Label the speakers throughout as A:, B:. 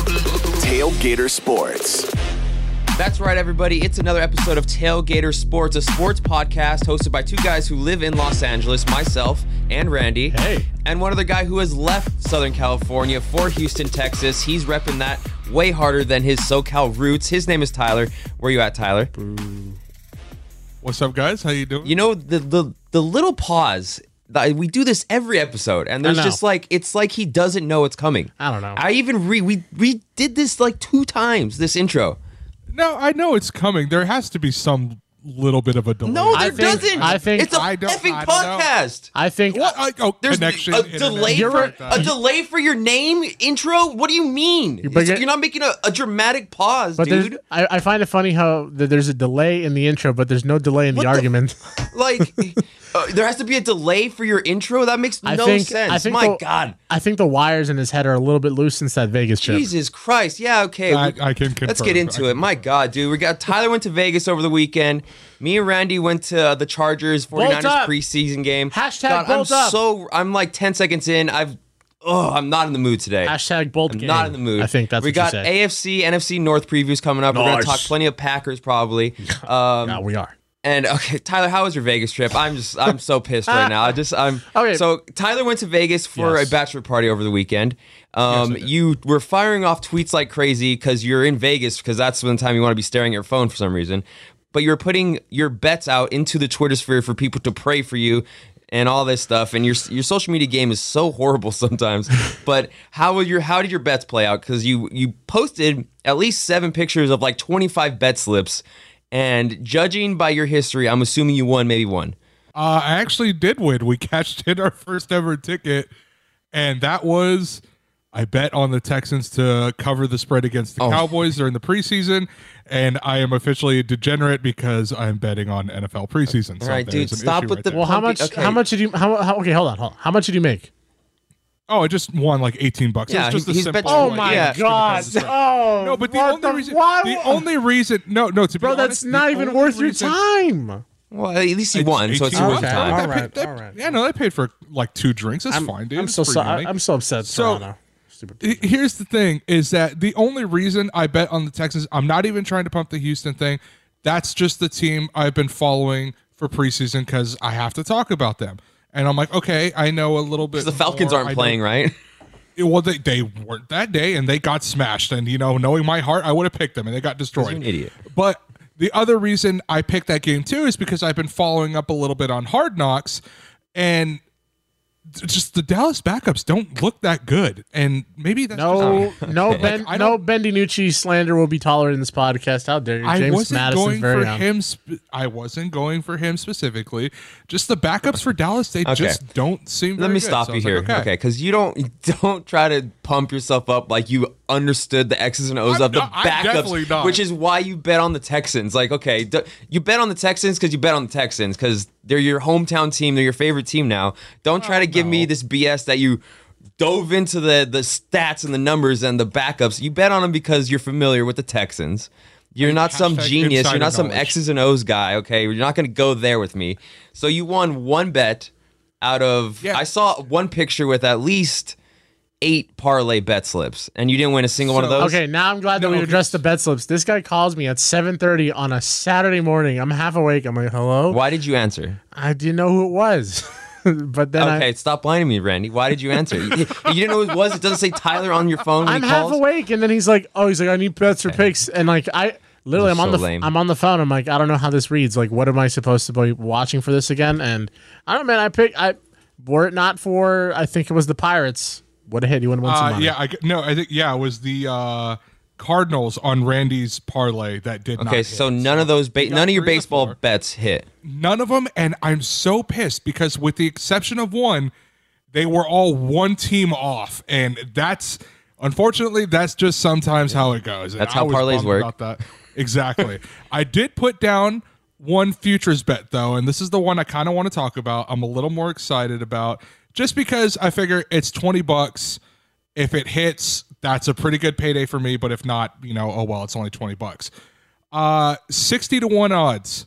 A: Tailgater Sports.
B: That's right, everybody. It's another episode of Tailgater Sports, a sports podcast hosted by two guys who live in Los Angeles, myself and Randy.
C: Hey.
B: And one other guy who has left Southern California for Houston, Texas. He's repping that way harder than his SoCal roots. His name is Tyler. Where you at, Tyler?
C: What's up, guys? How you doing?
B: You know the the the little pause. that- We do this every episode, and there's
C: know.
B: just like it's like he doesn't know it's coming.
C: I don't know.
B: I even re we we did this like two times. This intro.
D: No, I know it's coming. There has to be some little bit of a delay.
B: No,
C: I
B: there
C: think-
B: doesn't.
C: I think-
B: it's a
D: I don't-
B: effing
D: I don't know.
B: podcast.
C: I think
D: what? I, oh,
B: There's
D: connection.
B: a
D: internet.
B: delay
C: You're
B: for
C: right.
D: Uh,
B: a delay for your name intro. What do you mean? It's- You're,
C: big-
B: not making a, a dramatic pause,
C: but there's,
B: dude.
C: I, I find it funny how th- there's a delay in the intro, but there's no delay in the
B: What the-
C: argument.
B: Like, uh, there has to be a delay for your intro. That makes
C: I
B: no
C: think,
B: sense.
C: I think
B: My
C: the,
B: God,
C: I think the wires in his head are a little bit loose since that Vegas trip.
B: Jesus Christ. Yeah, okay.
D: I,
B: we-
D: I can confirm.
B: Let's get into it. My God, dude. We got Tyler went to Vegas over the weekend. Me and Randy went to uh, the Chargers 49ers
C: up.
B: preseason game.
C: Hashtag
B: God,
C: bolt
B: I'm
C: up.
B: so I'm like 10 seconds in. I've oh, I'm not in the mood today.
C: Hashtag bold
B: I'm
C: game.
B: not in the mood.
C: I think that's
B: we
C: what
B: got
C: you said.
B: AFC, NFC North previews coming up. We're gonna
C: Nice.
B: talk plenty of Packers probably. Um,
C: No, we are.
B: and okay, Tyler, how was your Vegas trip? I'm just I'm so pissed right now. I just I'm
C: Okay.
B: so Tyler went to Vegas for
C: Yes.
B: a bachelor party over the weekend. Um, you were firing off tweets like crazy because you're in Vegas because that's when the time you want to be staring at your phone for some reason. But you're putting your bets out into the Twitter sphere for people to pray for you and all this stuff. And your your social media game is so horrible sometimes. but how will your how did your bets play out? Because you you posted at least seven pictures of like 25 bet slips. And judging by your history, I'm assuming you won maybe one.
D: Uh, I actually did win. We cashed in our first ever ticket, and that was I bet on the Texans to cover the spread against
B: Oh.
D: the Cowboys during the preseason, and I am officially a degenerate because I'm betting on NFL preseason.
B: All
D: So
B: right,
D: there's
B: dude,
D: an
B: stop
D: issue
B: with
D: right
B: the
D: there.
C: Well, how
B: pumpy-
C: much? How much did you? How, how? Okay, hold on, hold on. How much did you make?
D: Oh, I just won like 18 bucks.
B: Yeah,
D: it's just
B: he-
D: a
B: he's
D: simple
B: bet you Oh
D: one.
B: my Yeah.
C: God! Oh
D: No, but the
C: what
D: only reason,
C: why-
D: the only reason, no, no, to be
C: bro,
D: honest,
C: that's
D: the
C: not even
D: only
C: worth your
D: reason-
C: time.
B: Well, at least you won, so it's
D: 18
B: worth
D: bucks.
B: time.
D: That
C: All
D: paid-
C: right,
D: that-
C: all right.
D: Yeah, no, they paid for like two drinks. That's fine, dude.
C: I'm
D: It's
C: so
D: free
C: sorry.
D: money.
C: I'm so upset.
D: So-
C: Toronto. Stupid.
D: H- Here's the thing: is that the only reason I bet on the Texans? I'm not even trying to pump the Houston thing. That's just the team I've been following for preseason because I have to talk about them. And I'm like, okay, I know a little bit.
B: The Falcons
D: more.
B: aren't
D: I know-
B: playing, right?
D: Yeah, Well, they, they weren't that day, and they got smashed. And you know, knowing my heart, I would have picked them, and they got destroyed.
B: an idiot.
D: But the other reason I picked that game too is because I've been following up a little bit on Hard Knocks, and j- just the Dallas backups don't look that good. And maybe that's just-
B: Oh.
C: No, no, Ben,
D: I
C: no
D: don't-
C: Ben DiNucci slander will be tolerated in this podcast. How dare you,
D: I
C: James
D: wasn't
C: Madison?
D: going
C: Very
D: for
C: own.
D: him. Sp- I wasn't going for him specifically. Just the backups for Dallas, they just don't seem.
B: Let
D: very
B: me
D: good.
B: stop
D: So I
B: you
D: was like,
B: here, okay? Because you don't don't try to pump yourself up like you understood the X's and O's
D: I'm
B: of the
D: not- I'm definitely
B: backups,
D: not.
B: which is why you bet on the Texans. Like, okay, d- you bet on the Texans because you bet on the Texans because they're your hometown team, they're your favorite team now. Don't
D: Oh,
B: try to give me this BS that you dove into the the stats and the numbers and the backups. You bet on them because you're familiar with the Texans. You're not some
D: hashtag
B: genius. You're
D: insider
B: not some
D: knowledge.
B: X's and O's guy. Okay, you're not going to go there with me. So you won one bet out of
D: Yeah.
B: I saw one picture with at least eight parlay bet slips, and you didn't win a single one of
D: So-
B: those.
C: Okay, now I'm glad that
D: No,
C: we
D: okay.
C: addressed the bed slips. This guy calls me at 7:30 on a Saturday morning. I'm half awake. I'm like, "Hello."
B: Why did you answer?
C: I didn't know who it was, but then
B: Okay, stop blinding me, Randy. Why did you answer? you, you didn't know who it was. It doesn't say Tyler on your phone when
C: I, I'm
B: he
C: half
B: calls.
C: awake, and then he's like, "Oh, he's like, I need bets for picks," and like I. Literally,
B: You're
C: I'm on
B: so
C: the
B: lame.
C: I'm on the phone. I'm like, I don't know how this reads. Like, what am I supposed to be watching for this again? And I don't, know, man. I pick. I were it not for, I think it was the Pirates. Would have hit. You would have won some
D: Uh,
C: money.
D: yeah, I g no, I think yeah, it was the uh, Cardinals on Randy's parlay that did. not
B: Okay,
D: hit.
B: so none of those ba-
D: got
B: none of your
D: three of the
B: baseball
D: four.
B: bets hit.
D: none of them, and I'm so pissed because with the exception of one, they were all one team off, and that's unfortunately that's just sometimes how it goes. and
B: That's
D: I
B: how
D: was
B: parlays
D: bummed
B: work.
D: About that, exactly. I did put down one futures bet though, and this is the one I kind of want to talk about. I'm a little more excited about just because I figure it's 20 bucks. If it hits, that's a pretty good payday for me. But if not, you know, oh well, it's only 20 bucks. Uh, 60 to 1 odds.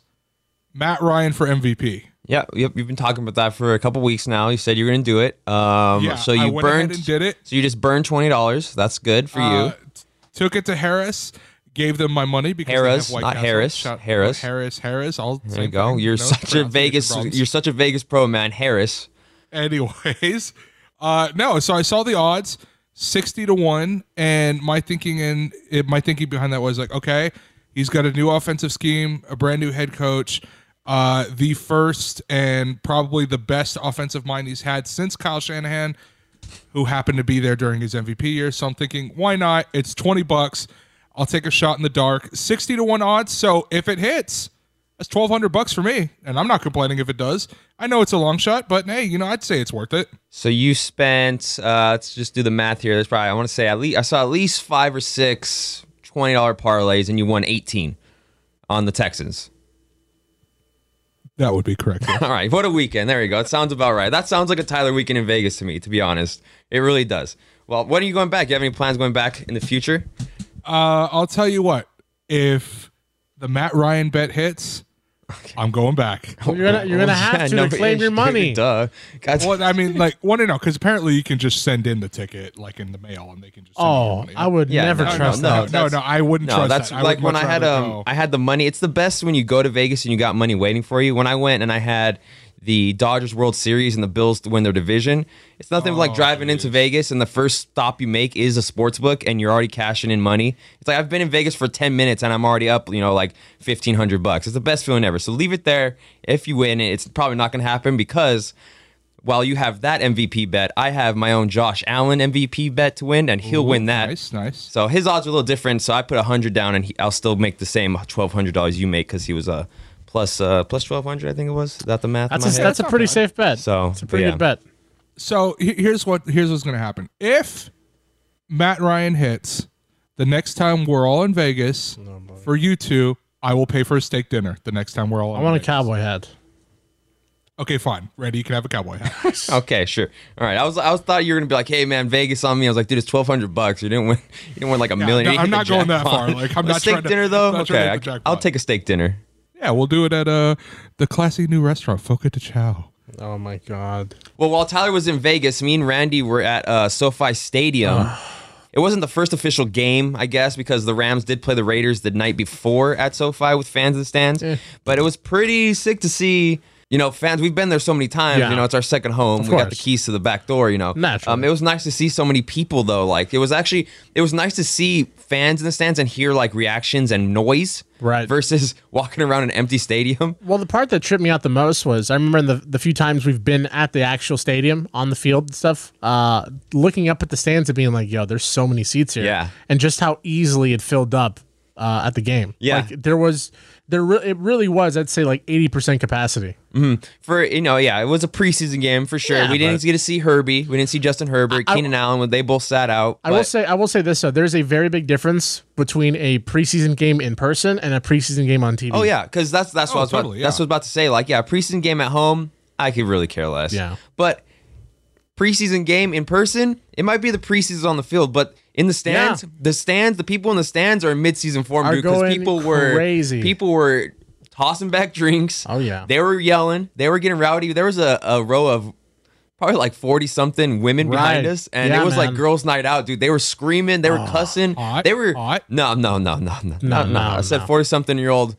D: Matt Ryan for MVP.
B: Yeah, yep, you've been talking about that for a couple weeks now. You said you were going to do it. Um,
D: Yeah,
B: so
D: I
B: you
D: went ahead
B: burned.
D: and did it.
B: So you just burned twenty dollars. That's good for
D: Uh,
B: you.
D: t- took it to Harris, gave them my money because
B: Harris,
D: they have White
B: not
D: Castle.
B: Harris,
D: Shout-
B: Harris.
D: Harris, Harris. All the
B: There you
D: same
B: go.
D: thing,
B: You're
D: know,
B: such a
D: pronunciation
B: Vegas.
D: problems.
B: You're such a Vegas pro man, Harris.
D: Anyways, uh, no. So I saw the odds, sixty to one, and my thinking and it, my thinking behind that was like, okay, he's got a new offensive scheme, a brand new head coach, uh, the first and probably the best offensive mind he's had since Kyle Shanahan, who happened to be there during his MVP year. So I'm thinking, why not? It's twenty bucks. I'll take a shot in the dark. Sixty to one odds. So if it hits, that's twelve hundred bucks for me, and I'm not complaining if it does. I know it's a long shot, but hey, you know I'd say it's worth it.
B: So you spent. Uh, let's just do the math here. There's probably I want to say at least I saw at least five or six twenty dollar parlays, and you won eighteen on the Texans.
D: That would be correct. yeah.
B: All right, what a weekend. There you go. It sounds about right. That sounds like a Tyler weekend in Vegas to me, to be honest. It really does. Well, when are you going back? You have any plans going back in the future?
D: uh, I'll tell you what. If the Matt Ryan bet hits, I'm going back.
C: You're gonna you're gonna have to
B: no,
C: to claim
B: Oh, yeah,
C: your money.
B: Duh. God,
D: Well, I mean, like, want to know? Because apparently you can just send in the ticket, like in the mail, and they can just. Send you your
C: Oh,
D: money.
C: I would
B: Yeah,
C: never
B: no,
C: trust
D: no,
C: that.
D: no, no,
B: that's-
D: no, I wouldn't
B: no,
D: trust
B: that's
D: that. I would
B: like when
D: much
B: I had
D: rather
B: um
D: go-
B: I had the money. It's the best when you go to Vegas and you got money waiting for you. When I went and I had the Dodgers World Series and the Bills to win their division, it's nothing
D: Oh,
B: like driving into Vegas and the first stop you make is a sports book and you're already cashing in money. It's like I've been in Vegas for ten minutes and I'm already up, you know, like fifteen hundred bucks. It's the best feeling ever. So leave it there. If you win, it's probably not going to happen because while you have that MVP bet, I have my own Josh Allen MVP bet to win, and he'll win that.
D: nice, nice.
B: So his odds are a little different. So I put a hundred down, and he, I'll still make the same twelve hundred dollars you make because he was a plus uh, plus twelve hundred. I think it was. Is that the math?
C: That's
B: in my
C: a,
B: head?
C: that's a pretty safe bet.
B: So,
C: it's a pretty
B: yeah.
C: good bet.
D: So he- here's what here's what's gonna happen. If Matt Ryan hits the next time we're all in Vegas
C: Oh,
D: for you two, I will pay for a steak dinner the next time we're all.
C: I want a cowboy hat.
D: Okay, fine. Randy, you can have a cowboy hat.
B: okay. Sure. All right. I was I was thought you were gonna be like, hey man, Vegas on me. I was like, dude, it's twelve hundred bucks. You didn't win. You didn't win like a million.
D: no,
B: You
D: I'm
B: hit the
D: not going that
B: jackpot.
D: far. Like, I'm
B: a
D: not
B: steak
D: trying to-
B: dinner though.
D: I'm not trying to
B: okay,
D: hit the
B: I, I'll
D: jackpot.
B: take a steak dinner.
D: yeah, we'll do it at uh the classy new restaurant, Foca de Chow.
C: Oh my god.
B: Well, while Tyler was in Vegas, me and Randy were at uh, SoFi Stadium. it wasn't the first official game, I guess, because the Rams did play the Raiders the night before at SoFi with fans in the stands.
C: Eh.
B: But it was pretty sick to see. You know, fans, we've been there so many times.
C: Yeah.
B: You know, it's our second home. we got the
C: course.
B: keys to the back door. You know,
C: Naturally.
B: Um, it was nice to see so many people though. Like it was actually, it was nice to see fans in the stands and hear like reactions and noise.
C: Right.
B: Versus walking around an empty stadium.
C: Well, the part that tripped me out the most was I remember in the the few times we've been at the actual stadium on the field and stuff, uh, looking up at the stands and being like, "Yo, there's so many seats here,"
B: Yeah.
C: and just how easily it filled up uh, at the game.
B: Yeah.
C: like, there was there re- it really was. I'd say like eighty percent capacity.
B: for you know, yeah, it was a preseason game for sure.
C: Yeah,
B: we didn't
C: but-
B: get to see Herbie. We didn't see Justin Herbert,
C: I-
B: Keenan Allen. When they both sat out,
C: I will say I will say this though: there's a very big difference between a preseason game in person and a preseason game on TV.
B: oh yeah, because that's that's what I was
D: totally,
B: about, that's what
D: yeah.
B: I was about to say. Like yeah, preseason game at home, I could really care less.
C: Yeah.
B: but preseason game in person, it might be the preseason on the field, but in the stands,
C: Yeah.
B: the stands, the people in the stands are in midseason form
C: Are
B: dude, 'cause
C: going
B: people were
C: crazy.
B: People were tossing back drinks.
C: Oh, yeah.
B: they were yelling. They were getting rowdy. There was a, a row of probably like forty something women behind
C: Right.
B: us, and
C: Yeah,
B: it was like
C: man. Oh,
B: girls' night out, dude. They were screaming. They were cussing.
D: hot,
B: they were
D: hot.
B: no, no, no, no, no, no,
C: No,
B: no.
C: no,
B: I said
C: no.
B: forty something year old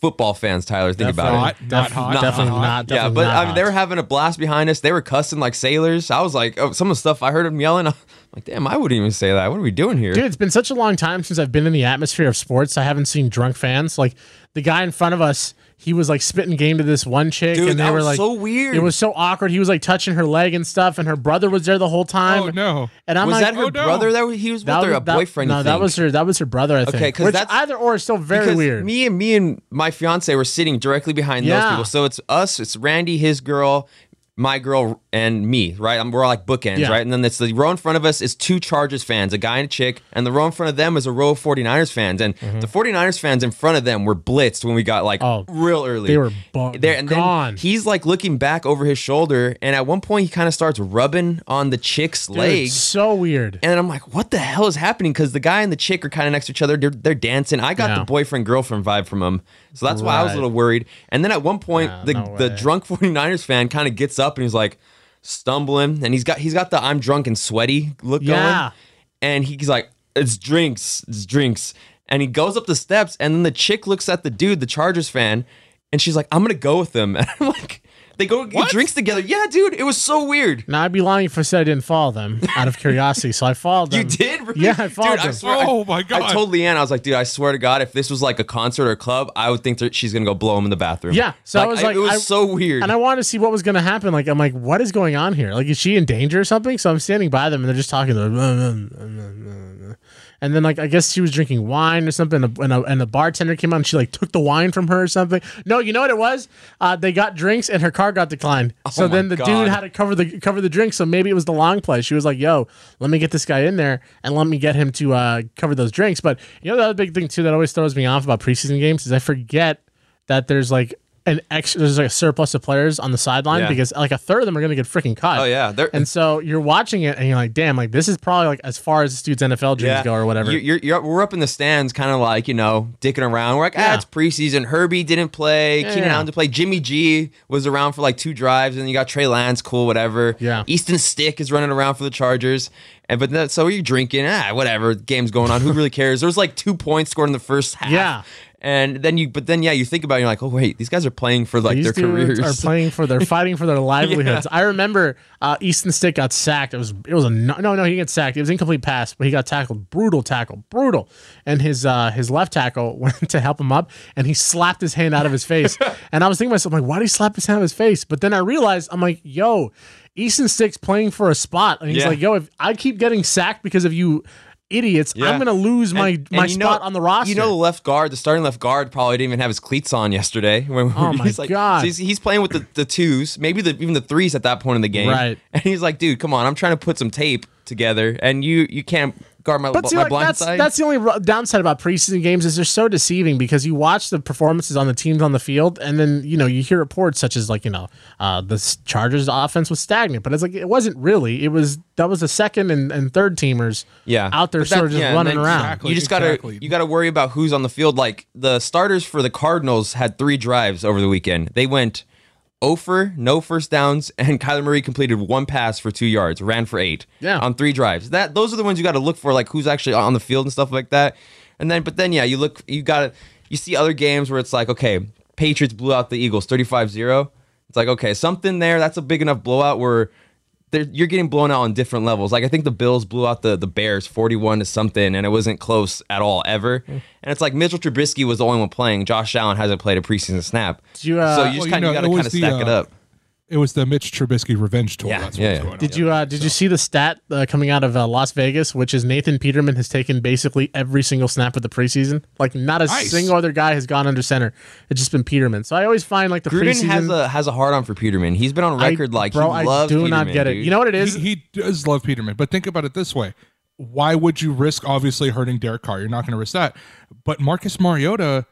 B: football fans. Tyler, think about it.
D: Hot,
C: Definitely-
D: not hot, not
C: Definitely
D: hot.
C: not.
B: Yeah,
C: definitely
B: but
C: not
B: I mean, they
C: hot.
B: were having a blast behind us. They were cussing like sailors. I was like, oh, some of the stuff I heard them yelling. I'm like, damn, I wouldn't even say that. What are we doing here?
C: Dude, it's been such a long time since I've been in the atmosphere of sports. I haven't seen drunk fans. Like the guy in front of us, he was like spitting game to this one chick,
B: Dude,
C: and they
B: that
C: were
B: was
C: like
B: so weird.
C: It was so awkward. He was like touching her leg and stuff, and her brother was there the whole time.
D: Oh no.
C: And I'm
B: was
C: like,
B: that her
D: oh, no.
B: brother that he was with,
C: that
B: or
C: was-
B: a
C: that-
B: boyfriend?
C: No,
B: you
C: that
B: think?
C: was her. That was her brother. I think.
B: Okay, 'cause
C: Which
B: that's-
C: either or is still very
B: Because
C: weird.
B: Me and me and my fiance were sitting directly behind those
C: Yeah.
B: people. So it's us, it's Randy, his girl, my girl and me, right? Um, We're all like bookends,
C: Yeah.
B: right? And then it's the row in front of us is two Chargers fans, a guy and a chick, and the row in front of them is a row of 49ers fans. And the 49ers fans in front of them were blitzed when we got like
C: Mm-hmm. Oh,
B: real early.
C: they were bu-
B: then
C: gone.
B: he's like looking back over his shoulder, and at one point he kind of starts rubbing on the chick's
C: It's
B: legs.
C: so weird.
B: And I'm like, what the hell is happening? Because the guy and the chick are kind of next to each other. They're, they're dancing. I got
C: Yeah.
B: the boyfriend girlfriend vibe from him. So that's why I was a
C: Right.
B: little worried. And then at one point,
C: Yeah,
B: the,
C: no
B: the
C: way.
B: drunk 49ers fan kind of gets up and he's like stumbling. And he's got he's got the I'm drunk and sweaty look
C: Yeah.
B: going. And he's like, it's drinks, it's drinks. And he goes up the steps. And then the chick looks at the dude, the Chargers fan, and she's like, I'm going to go with him. And I'm like, they go get drinks together. Yeah, dude, it was so weird.
C: Now I'd be lying if I said I didn't follow them out of curiosity. So I followed them.
B: You did? Really?
C: Yeah, I followed
B: Dude, I
C: them.
B: swear, I-
D: Oh my God.
B: I told Leanne, I was like, dude, I swear to God, if this was like a concert or a club, I would think that she's gonna go blow him in the bathroom.
C: Yeah, so I was like,
B: it was
C: I-
B: so weird.
C: And I wanted to see what was going to happen. Like I'm like, what is going on here? Like is she in danger or something? So I'm standing by them and they're just talking. They're like, "Mm, mm, mm, mm, mm." and then like I guess she was drinking wine or something. And a, and, a, and the bartender came out and she like took the wine from her or something. No, you know what it was? Uh, they got drinks and her car got declined. so
B: Oh my
C: then the
B: God.
C: dude had to cover the cover the drink. So maybe it was the long play. She was like, "Yo, let me get this guy in there and let me get him to uh, cover those drinks." But you know the other big thing too that always throws me off about preseason games is I forget that there's like an extra there's like a surplus of players on the sideline
B: Yeah.
C: because like a third of them are gonna get freaking cut.
B: oh yeah, they're,
C: And so you're watching it and you're like, "Damn, like this is probably like as far as this dude's NFL dreams
B: yeah.
C: go or whatever."
B: You're, you're, you're- we're up in the stands, kind of like you know, dicking around. We're like, ah,
C: Yeah.
B: it's preseason. Herbie didn't play. Keenan
C: yeah.
B: Allen didn't play. Jimmy G was around for like two drives, and you got Trey Lance, cool, whatever.
C: Yeah.
B: Easton Stick is running around for the Chargers, and but that, so are you drinking? Ah, whatever. Game's going on. Who really cares? There was like two points scored in the first half.
C: Yeah.
B: And then you, but then yeah, you think about it, you're like, oh wait, these guys are playing for like
C: These
B: their careers.
C: dudes are playing for their fighting for their livelihoods. I remember uh, Easton Stick got sacked. It was it was a no no no, he got sacked. It was incomplete pass, but he got tackled. Brutal tackle, brutal. And his uh, his left tackle went to help him up, and he slapped his hand out of his face. and I was thinking to myself like, why did he slap his hand out of his face? But then I realized I'm like, yo, Easton Stick's playing for a spot, and he's
B: Yeah.
C: like, yo, if I keep getting sacked because of you. Idiots!
B: Yeah.
C: I'm gonna lose my
B: And-
C: my
B: and you know-
C: spot on the roster.
B: You know, the left guard, the starting left guard, probably didn't even have his cleats on yesterday. When we
C: Oh
B: were-
C: my
B: he's like,
C: God.
B: so he's, he's playing with the, the twos, maybe the, even the threes at that point in the game.
C: Right.
B: And he's like, dude, come on, I'm trying to put some tape together, and you you can't guard my,
C: But see,
B: my
C: like,
B: blind
C: that's,
B: side.
C: that's the only ru- downside about preseason games is they're so deceiving because you watch the performances on the teams on the field, and then you know you hear reports such as like you know uh, the S- Chargers' offense was stagnant, but it's like it wasn't really. It was that was the second and, and third teamers
B: yeah,
C: out there
B: But that-
C: sort of just
B: yeah, and
C: running
B: then
C: around.
D: Exactly,
B: You just gotta
D: exactly.
B: you gotta worry about who's on the field. Like the starters for the Cardinals had three drives over the weekend. They went over, no first downs, and Kyler Murray completed one pass for two yards, ran for eight.
C: Yeah.
B: On three drives. That those are the ones you gotta look for, like who's actually on the field and stuff like that. And then but then yeah, you look you gotta you see other games where it's like, okay, Patriots blew out the Eagles 35-0. It's like, okay, something there, that's a big enough blowout where they're- you're getting blown out on different levels. Like I think the Bills blew out the the Bears 41 to something, and it wasn't close at all ever.
C: Hmm.
B: And it's like Mitchell Trubisky was the only one playing. Josh Allen hasn't played a preseason snap,
C: Did you, uh,
B: so you just
D: Well, you
B: kind of got
D: know,
B: to
D: it was
B: kind of
D: the,
B: stack it
D: uh,
B: up.
D: It was the Mitch Trubisky revenge tour.
B: Yeah,
D: That's
B: yeah,
D: what's
B: yeah.
D: going on.
C: Did you uh, did you see the stat uh, coming out of uh, Las Vegas, which is Nathan Peterman has taken basically every single snap of the preseason. Like not a
D: Nice.
C: single other guy has gone under center. It's just been Peterman. So I always find like the
B: Gruden
C: preseason
B: has a has a hard on for Peterman. He's been on
C: I-
B: record like
C: bro,
B: he loves
C: I do
B: Peterman,
C: not get it.
B: dude.
C: You know what it is?
D: he, he does love Peterman, but think about it this way: Why would you risk obviously hurting Derek Carr? You're not going to risk that. But Marcus Mariota,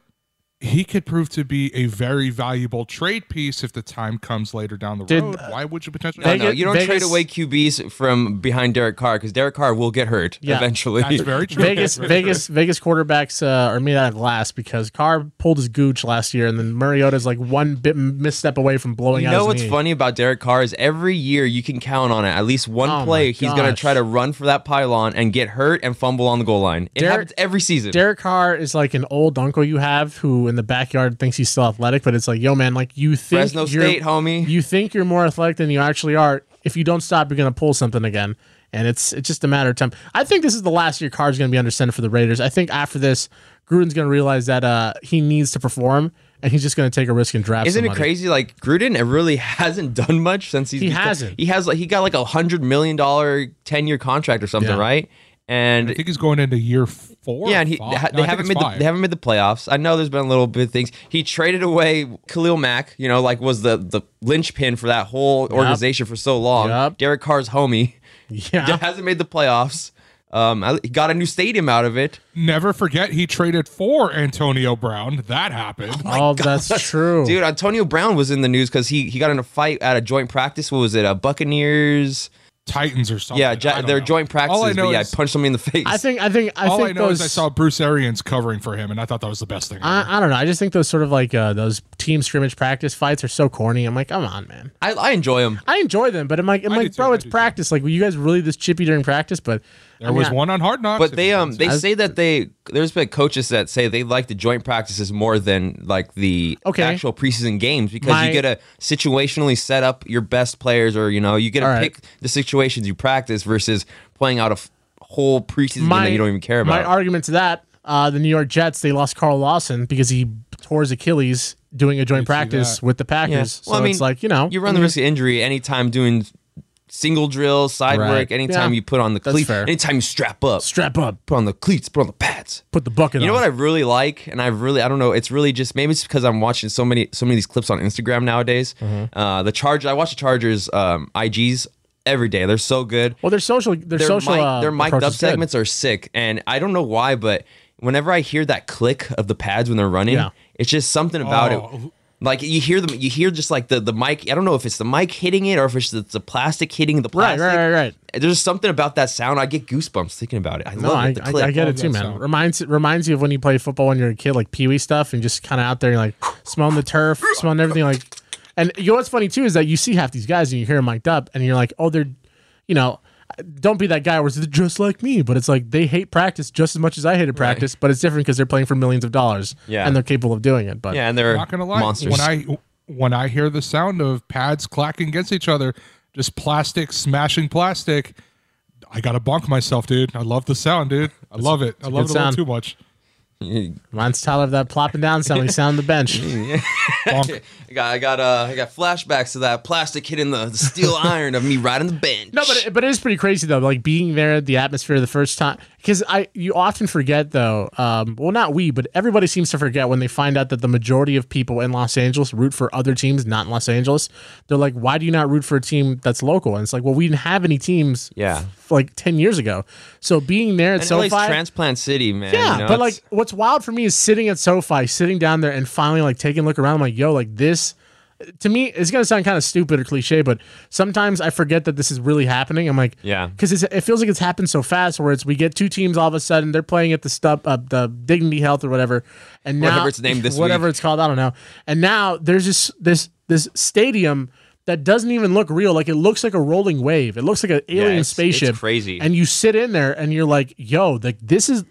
D: he could prove to be a very valuable trade piece if the time comes later down the
C: Did-
D: road. Why would you potentially?
B: No,
C: Vegas-
B: no, you don't trade
C: Vegas-
B: away QBs from behind Derek Carr because Derek Carr will get hurt
C: Yeah.
B: eventually.
D: That's very true.
C: Vegas, Vegas, Vegas quarterbacks uh, are made out of glass because Carr pulled his gooch last year, and then Mariota's like one bit misstep away from blowing
B: You
C: out.
B: know
C: his
B: what's
C: knee.
B: funny about Derek Carr is every year you can count on it. At least one
C: Oh my
B: play, he's going to
C: gosh.
B: try to run for that pylon and get hurt and fumble on the goal line. It
C: Derek-
B: happens every season.
C: Derek Carr is like an old uncle you have who in the backyard thinks he's still athletic, but it's like, yo, man, like you think
B: Fresno
C: you're-
B: State, homie.
C: you think you're more athletic than you actually are. If you don't stop, you're gonna pull something again, and it's it's just a matter of time. I think this is the last year Carr's gonna be under center for the Raiders. I think after this, Gruden's gonna realize that uh he needs to perform, and he's just gonna take a risk and draft.
B: Isn't it
C: somebody.
B: crazy? Like Gruden really hasn't done much since he's
C: He hasn't.
B: He has like he got like a hundred million dollar ten year contract or something,
C: Yeah.
B: right? And
D: I think he's going into year four.
B: yeah,
D: or
B: and he,
D: five.
B: they ha-
D: No,
B: they
D: I think
B: haven't
D: it's
B: made the,
D: five.
B: they haven't made the playoffs. I know there's been a little bit of things. He traded away Khalil Mack, you know, like was the the linchpin for that whole organization for so long.
C: Yep.
B: Derek Carr's homie
C: Yeah.
B: hasn't made the playoffs. Um, I- he got a new stadium out of it.
D: Never forget he traded for Antonio Brown. That happened.
C: Oh, that's true.
B: Dude, Antonio Brown was in the news because he, he got in a fight at a joint practice. What was it? A Buccaneers?
D: Titans or something.
B: Yeah,
D: I
B: ja-
D: don't
B: their
D: know.
B: joint practices.
D: All I know
B: but yeah,
D: is,
B: I punched somebody in the face.
C: I think I think I
D: all
C: think
D: I know
C: those,
D: is I saw Bruce Arians covering for him, and I thought that was the best thing. ever.
C: I, I don't know. I just think those sort of like uh, those team scrimmage practice fights are so corny. I'm like, come on, man.
B: I, I enjoy him.
C: I enjoy them, but I'm like, I'm
D: I do
C: like,
D: too,
C: bro,
D: I
C: it's
D: do too.
C: practice. Like, were you guys really this chippy during practice? But
D: there was one on Hard Knocks.
B: But they um they
C: I-
B: say that they there's been coaches that say they like the joint practices more than like the
C: Okay.
B: actual preseason games because
C: My-
B: you get to situationally set up your best players or you know you get to
C: All right.
B: pick the situations you practice versus playing out a f- whole preseason
C: my
B: that you don't even care
C: my
B: about.
C: argument to that, uh, the New York Jets, they lost Carl Lawson because he tore his Achilles doing a joint practice
D: that.
C: with the Packers.
B: Yeah.
C: So it's like you know,
B: you run the risk of injury anytime doing single drills, side
C: Right.
B: work, anytime
C: Yeah.
B: you put on the
C: That's
B: cleats,
C: fair.
B: anytime you strap up,
C: strap up,
B: put on the cleats, put on the pads.
C: put the bucket.
B: You know
C: on.
B: what I really like, and I really I don't know. It's really just maybe it's because I'm watching so many so many of these clips on Instagram nowadays.
C: Mm-hmm.
B: Uh, the Charge I watch the Chargers um, IGs every day. They're so good.
C: Well, their social, their,
B: Their
C: social,
B: mic,
C: uh,
B: their mic'd
C: approach
B: up
C: is good.
B: segments are sick, and I don't know why, but whenever I hear that click of the pads when they're running,
C: Yeah.
B: it's just something about it.
D: Oh.
B: Like you hear them, you hear just like the the mic. I don't know if it's the mic hitting it or if it's the, the plastic hitting the
C: Right,
B: plastic.
C: right, right, right.
B: There's something about that sound. I get goosebumps thinking about it. I
C: No,
B: love
C: I,
B: it. The
C: I,
B: click.
C: I get it
D: that
C: too, man.
D: sound.
C: Reminds reminds you of when you play football when you're a kid, like pee wee stuff, and just kind of out there, like smelling the turf, smelling everything. Like, and you know what's funny too is that you see half these guys and you hear them mic'd up, and you're like, oh, they're, you know, don't be that guy where it's just like me, but it's like they hate practice just as much as I hated practice, but it's different because they're playing for millions of dollars,
B: Yeah.
C: and they're capable of doing it. But
B: Yeah, and they're
D: not gonna lie,
B: monsters.
D: when I when I hear the sound of pads clacking against each other, just plastic smashing plastic, I gotta bonk myself, dude. I love the sound, dude. I love it. I love it
C: good
D: a little
C: sound.
D: too much.
C: mine's Tyler that plopping down sound, like sound on the bench.
D: Bonk.
B: I got, I got, uh, I got flashbacks to that plastic hitting the, the steel iron of me riding the bench.
C: No, but it, but it is pretty crazy though. Like being there, the atmosphere the first time, because I you often forget though. Um, well, not we, but everybody seems to forget when they find out that the majority of people in Los Angeles root for other teams, not in Los Angeles. They're like, why do you not root for a team that's local? And it's like, well, we didn't have any teams.
B: Yeah.
C: f- like ten years ago. So being there at
B: and
C: SoFi,
B: LA's transplant city, man.
C: yeah,
B: you know,
C: but
B: it's-
C: like what's wild for me is sitting at SoFi, sitting down there and finally like taking a look around. I'm like, yo, like this to me, it's gonna sound kind of stupid or cliche, but sometimes I forget that this is really happening. I'm like,
B: Yeah.
C: because it feels like it's happened so fast. Where it's we get two teams all of a sudden, they're playing at the stub, uh, the Dignity Health or whatever, and now
B: Whatever it's named this
C: whatever
B: week.
C: it's called, I don't know. And now there's just this this stadium that doesn't even look real. Like it looks like a rolling wave. It looks like an alien
B: it's- it's
C: spaceship.
B: crazy.
C: And you sit in there and you're like, yo, like this is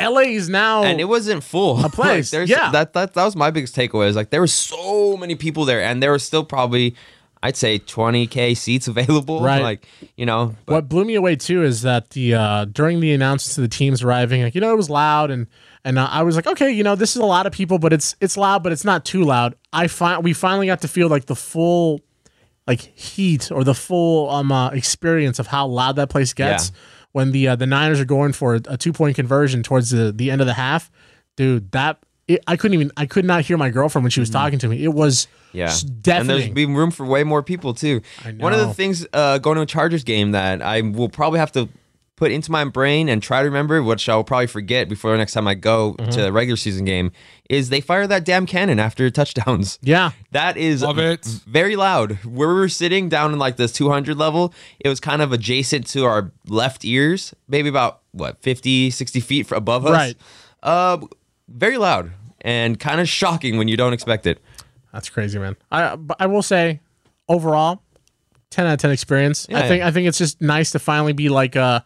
C: LA is now
B: and it wasn't full. A
C: place, yeah.
B: that, that that was my biggest takeaway. Is like there were so many people there, and there were still probably, I'd say, twenty k seats available.
C: Right.
B: Like you know, but
C: what blew me away too is that the uh, during the announcements of the teams arriving, like you know, it was loud and and uh, I was like, okay, you know, this is a lot of people, but it's it's loud, but it's not too loud. I find we finally got to feel like the full like heat or the full um uh, experience of how loud that place gets
B: Yeah.
C: when the uh, the Niners are going for a two point conversion towards the the end of the half, dude. That it, I couldn't even I could not hear my girlfriend when she was talking to me. It was
B: Mm-hmm. Yeah,
C: s-
B: And there's
C: deafening.
B: been room for way more people too.
C: I
B: One of the
C: know.
B: things uh, going to a Chargers game that I will probably have to put into my brain and try to remember, which I will probably forget before the next time I go
C: Mm-hmm.
B: to a regular season game, is they fire that damn cannon after touchdowns.
C: yeah,
B: That is
D: Love it.
B: very loud. Where we were sitting down in like this 200 level, it was kind of adjacent to our left ears, maybe about what 50, 60 feet fr- above us.
C: Right.
B: Uh, very loud and kind of shocking when you don't expect it.
C: That's crazy, man. I but I will say, overall, ten out of ten experience. I
B: Yeah,
C: think
B: yeah.
C: I think it's just nice to finally be like uh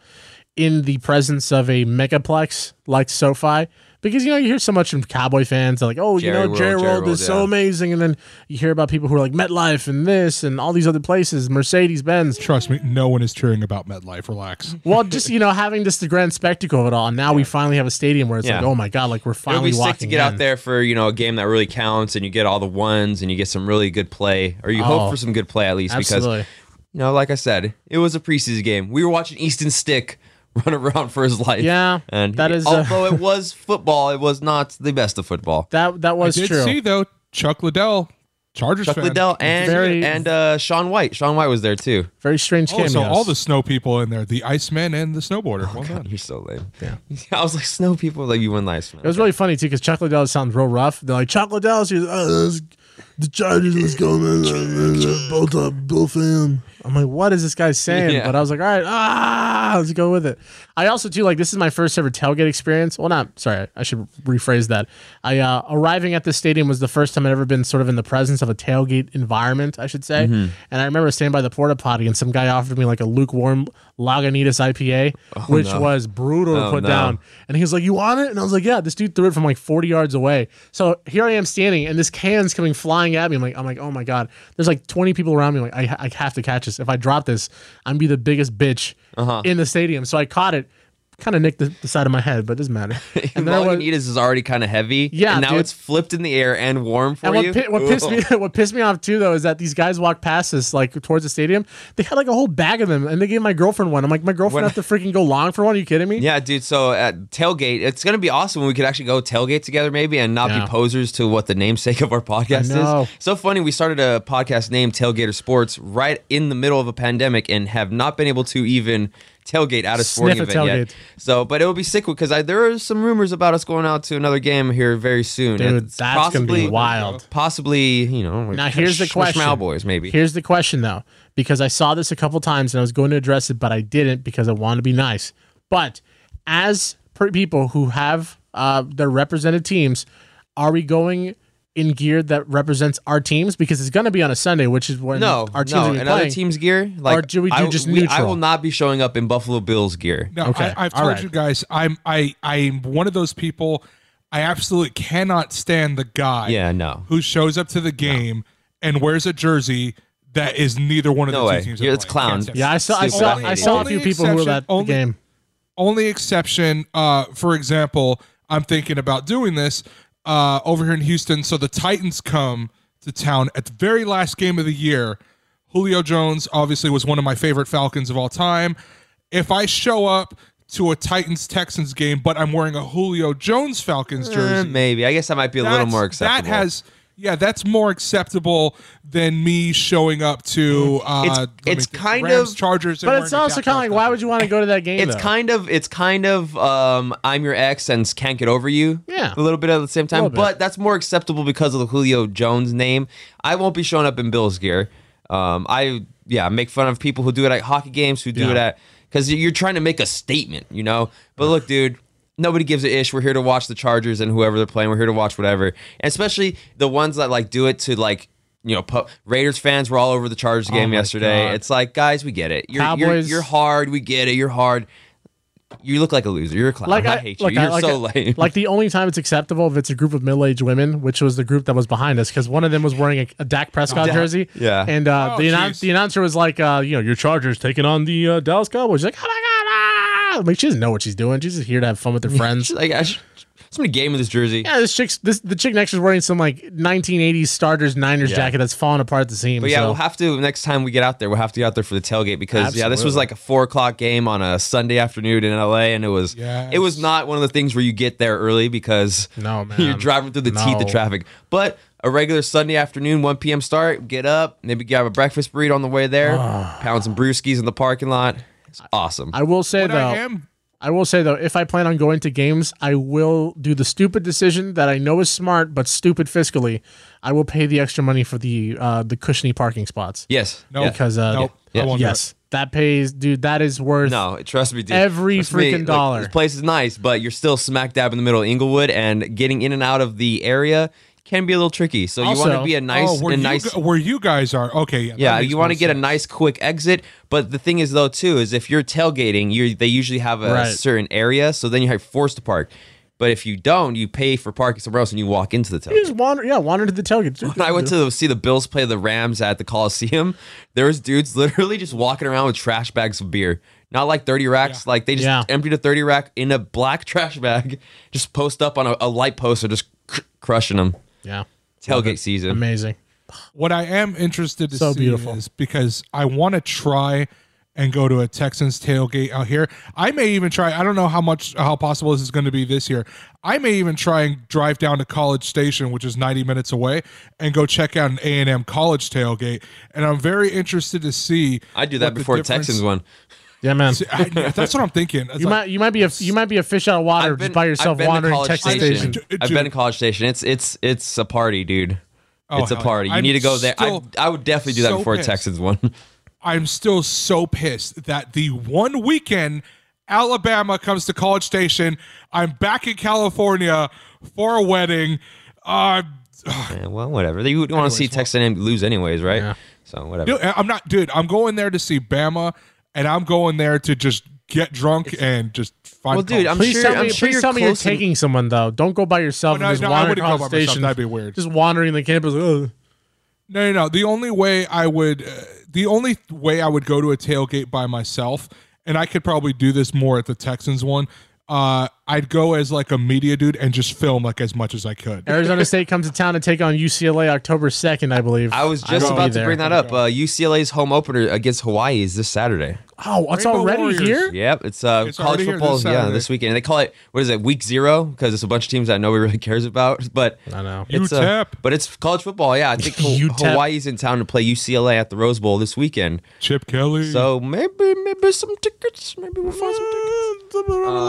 C: in the presence of a megaplex like SoFi. Because you know you hear so much from cowboy fans they're like, oh,
B: Jerry
C: you know,
B: World,
C: Jerry
B: Jerry
C: World is
B: World,
C: so
B: yeah.
C: amazing, and then you hear about people who are like MetLife and this and all these other places, Mercedes Benz.
D: Trust me, no one is cheering about MetLife. Relax.
C: Well, just you know, having just the grand spectacle of it all, and now we finally have a stadium where it's
B: Yeah.
C: like, oh my god, like we're
B: It'll
C: finally
B: be
C: walking
B: sick to get
C: in.
B: out there for you know a game that really counts, and you get all the ones, and you get some really good play, or you
C: Oh.
B: hope for some good play at least.
C: Absolutely.
B: Because you know, like I said, it was a preseason game. We were watching Easton Stick run around for his life.
C: Yeah,
B: and
C: that
B: he-
C: is, uh,
B: although it was football, it was not the best of football.
C: That that was
D: Did
C: true.
D: see though Chuck Liddell, Chargers
B: Chuck
D: fan.
B: Liddell and
C: Very-
B: and uh, Sean White. Sean White was there too.
C: Very strange
D: Oh,
C: cameos.
D: so all the snow people in there, the Iceman and the snowboarder. well done.
B: You're so lame. Yeah. I was like, snow people like you win last
C: It was really funny too because Chocolate Dallas sounds real rough. They're like Chocolate Dallas, he's, oh, this- the Chargers, let's go, man, uh, both up, Bill fam. I'm like, what is this guy saying?
B: Yeah.
C: But I was like, all right, ah, let's go with it. I also too like this is my first ever tailgate experience. Well, not sorry, I should rephrase that. I uh, arriving at this stadium was the first time I'd ever been sort of in the presence of a tailgate environment, I should say.
B: Mm-hmm.
C: And I remember standing by the porta potty and some guy offered me like a lukewarm Lagunitas IPA, which was brutal to
B: Oh,
C: put
B: no.
C: down. And he was like, "You want it?" And I was like, "Yeah." This dude threw it from like 40 yards away. So here I am standing, and this can's coming flying at me. I'm like, "I'm like, oh my god!" There's like 20 people around me. I'm like, I, I have to catch this. If I drop this, I'm gonna be the biggest bitch in the stadium. So I caught it. Kind of nicked the, the side of my head, but it doesn't matter.
B: And
C: And there was-
B: Lagunitas is already kind of heavy.
C: Yeah,
B: and now
C: dude.
B: it's flipped in the air and warm for
C: and what,
B: you.
C: pi- what pissed
B: Ooh.
C: me what pissed me off too though is that these guys walked past us like towards the stadium. They had like a whole bag of them, and they gave my girlfriend one. I'm like, my girlfriend have to freaking go long for one? Are you kidding me?
B: Yeah, dude. So at tailgate, it's gonna be awesome when we could actually go tailgate together, maybe, and not
C: Yeah.
B: be posers to what the namesake of our podcast
C: I know.
B: is. So funny, we started a podcast named Tailgater Sports right in the middle of a pandemic, and have not been able to even tailgate at a sporting
C: Sniff a
B: event
C: tailgate.
B: yet. So, but it will be sick because I, there are some rumors about us going out to another game here very soon.
C: Dude,
B: It's
C: that's gonna be wild.
B: Possibly, you know.
C: Now here's the question.
B: Cowboys, maybe.
C: Here's the question though, because I saw this a couple times and I was going to address it, but I didn't because I wanted to be nice. But as per people who have uh, their represented teams, are we going in gear that represents our teams? Because it's going to be on a Sunday, which is when
B: no,
C: our teams
B: no,
C: are gonna be
B: and other
C: playing.
B: teams' gear. Like,
C: Or do we do
B: I,
C: just
B: I
C: neutral?
B: will not be showing up in Buffalo Bills gear.
D: No,
C: Okay,
D: I, I've
C: all
D: told
C: right.
D: you guys, I'm I I'm one of those people. I absolutely cannot stand the guy.
B: Yeah, no.
D: Who shows up to the game and wears a jersey that is neither one of
B: No
D: the
B: way.
D: two teams.
B: Yeah,
D: that
B: it's
D: play.
B: clown.
D: Can't stand
C: Yeah, I
D: it.
C: saw, I
B: Stupid.
C: saw,
B: Only-
C: I saw a few
D: only
C: people who were
D: exception-
C: at the
D: only-
C: game.
D: Only exception, uh, for example, I'm thinking about doing this uh, over here in Houston. So the Titans come to town at the very last game of the year. Julio Jones obviously was one of my favorite Falcons of all time. If I show up to a Titans Texans game, but I'm wearing a Julio Jones Falcons
B: Eh,
D: jersey,
B: maybe. I guess that might be a little
D: that's-
B: more acceptable.
D: That has, yeah, that's more acceptable than me showing up to.
C: Mm-hmm.
D: Uh,
B: It's-
D: let me
B: it's
D: think,
B: kind
D: Rams,
B: of-
D: Chargers, and
C: But it's
D: wearing a
C: also
D: Jaguars
C: kind of like, why would you want to go to that game?
B: It's
C: though?
B: kind of it's kind of um, I'm your ex and can't get over you.
C: Yeah.
B: a little bit at the same time,
C: Little bit.
B: but that's more acceptable because of the Julio Jones name. I won't be showing up in Bills gear. Um, I yeah make fun of people who do it at hockey games, who do
C: Yeah.
B: it at because you're trying to make a statement, you know. But look, dude. Nobody gives a ish. We're here to watch the Chargers and whoever they're playing. We're here to watch whatever, and especially the ones that like do it to like you know pu- Raiders fans were all over the Chargers game
C: Oh my
B: yesterday.
C: God.
B: It's like guys, we get it. You're, you're,
C: Cowboys-
B: you're hard. We get it. You're hard. You look like a loser. You're a clown.
C: Like
B: I,
C: I-
B: hate
C: like
B: you.
C: I-
B: You're
C: like
B: so
C: I-
B: lame.
C: Like the only time it's acceptable if it's a group of middle-aged women, which was the group that was behind us, because one of them was wearing a, a Dak Prescott jersey.
B: Oh, yeah.
C: And uh,
D: Oh,
C: the, announce,
D: jeez.
C: the announcer was like, uh, you know, your Chargers taking on the uh, Dallas Cowboys. She's like, oh my god, ah! like she doesn't know what she's doing. She's just here to have fun with her friends.
B: like I should, somebody gave me this jersey.
C: Yeah, this chick's this the chick next to her's wearing some like 1980s Starters Niners jacket that's falling apart at the seams.
B: But yeah,
C: so-
B: we'll have to next time we get out there. We'll have to get out there for the tailgate because yeah, this was
C: Absolutely.
B: like a four o'clock game on a Sunday afternoon in LA, and it was it was
D: Yes.
B: not one of the things where you get there early because
C: No, man.
B: you're driving through the teeth
C: No.
B: of traffic. But a regular Sunday afternoon, one p.m. start, get up, maybe grab a breakfast burrito on the way there, pound some brewskis in the parking lot. It's awesome.
C: Ah. I will say
D: But
C: though,
D: I am
C: I will say though, if I plan on going to games, I will do the stupid decision that I know is smart but stupid fiscally. I will pay the extra money for the uh, the cushiony parking spots.
B: yes.
D: No,
B: Yeah.
C: because uh,
D: Nope. I won't do
C: yes, that pays, dude. That is worth.
B: No, trust me, dude.
C: Every
B: Trust me,
C: freaking dollar.
B: This place is nice, but you're still smack dab in the middle of Inglewood, and getting in and out of the area can be a little tricky. So you want
C: Also-
B: to be a nice,
D: oh, where,
B: a
D: you,
B: nice.
D: gu- where you guys are. Okay, yeah. that
B: yeah,
D: makes
B: you want
D: more
B: to get a
D: sense.
B: nice quick exit, but the thing is though too is if you're tailgating, you they usually have a
C: Right.
B: certain area, so then you're forced to park. But if you don't, you pay for parking somewhere else and you walk into the
C: You
B: tailgate.
C: just wander, yeah, wander to the tailgate.
B: When I went to see the Bills play the Rams at the Coliseum, there was dudes literally just walking around with trash bags of beer. Not like 30 racks, like they just
C: Yeah.
B: emptied a 30 rack in a black trash bag, just post up on a, a light poster, just cr- crushing them.
C: yeah,
B: Tailgate season.
C: amazing.
D: What I am interested to
C: So
D: see
C: beautiful.
D: is because I want to try and go to a Texans tailgate out here. I may even try. I don't know how much how possible this is going to be this year. I may even try and drive down to College Station, which is 90 minutes away, and go check out an A and M college tailgate. And I'm very interested to see.
B: I do that
D: what the
B: before
D: difference-
B: Texans won.
C: Yeah, man.
D: I, that's what I'm thinking. It's
C: You
D: like-
C: might you might be a you might be a fish out of water
B: I've been-
C: just by yourself
B: I've been to
C: wandering
B: College
C: Texas
D: Station.
C: Station.
D: Dude,
B: I've
D: dude.
B: been to College Station. It's it's it's a party, dude.
D: Oh,
B: it's a
D: hell yeah.
B: party. You
D: I'm
B: need to go there. I,
D: still
B: I would definitely do that
D: so
B: before
D: pissed.
B: Texans won.
D: I'm still so pissed that the one weekend Alabama comes to College Station, I'm back in California for a wedding. Uh,
B: Yeah, well, whatever. You would want to see Texas and lose anyways, right? So whatever.
D: dude, I'm not, dude. I'm going there to see Bama, and I'm going there to just get drunk and just find.
B: well, dude,
D: college.
B: I'm
C: Please
B: sure.
C: tell me,
B: I'm sure
C: please
B: you're
C: tell me you're
B: close in-
C: taking someone though. Don't go by yourself
D: Oh, no,
C: and just
D: no, I
C: wandering
D: wouldn't go by
C: College
D: myself.
C: Station.
D: That'd be weird.
C: Just wandering the campus. Ugh.
D: No, no, no. The only way I would, uh, the only way I would go to a tailgate by myself, and I could probably do this more at the Texans one. Uh, I'd go as like a media dude and just film like as much as I could.
C: Arizona State comes to town to take on UCLA October second, I believe.
B: I was just
C: will be
B: about to
C: there.
B: bring that up. Uh, UCLA's home opener against Hawaii is this Saturday.
C: Oh, it's
D: Rainbow
C: already
D: Warriors.
C: here.
B: Yep, it's uh
D: It's already
B: college
D: here
B: football.
D: this
B: yeah,
D: Saturday.
B: this weekend. And they call it what is it? Week zero because it's a bunch of teams that nobody really cares about. But
C: I know.
B: It's uh,
D: UTEP.
B: but it's college football. Yeah, I think
C: UTEP.
B: Hawaii's in town to play UCLA at the Rose Bowl this weekend.
D: Chip Kelly.
B: So maybe maybe some tickets. Maybe we'll find some tickets.
D: Um,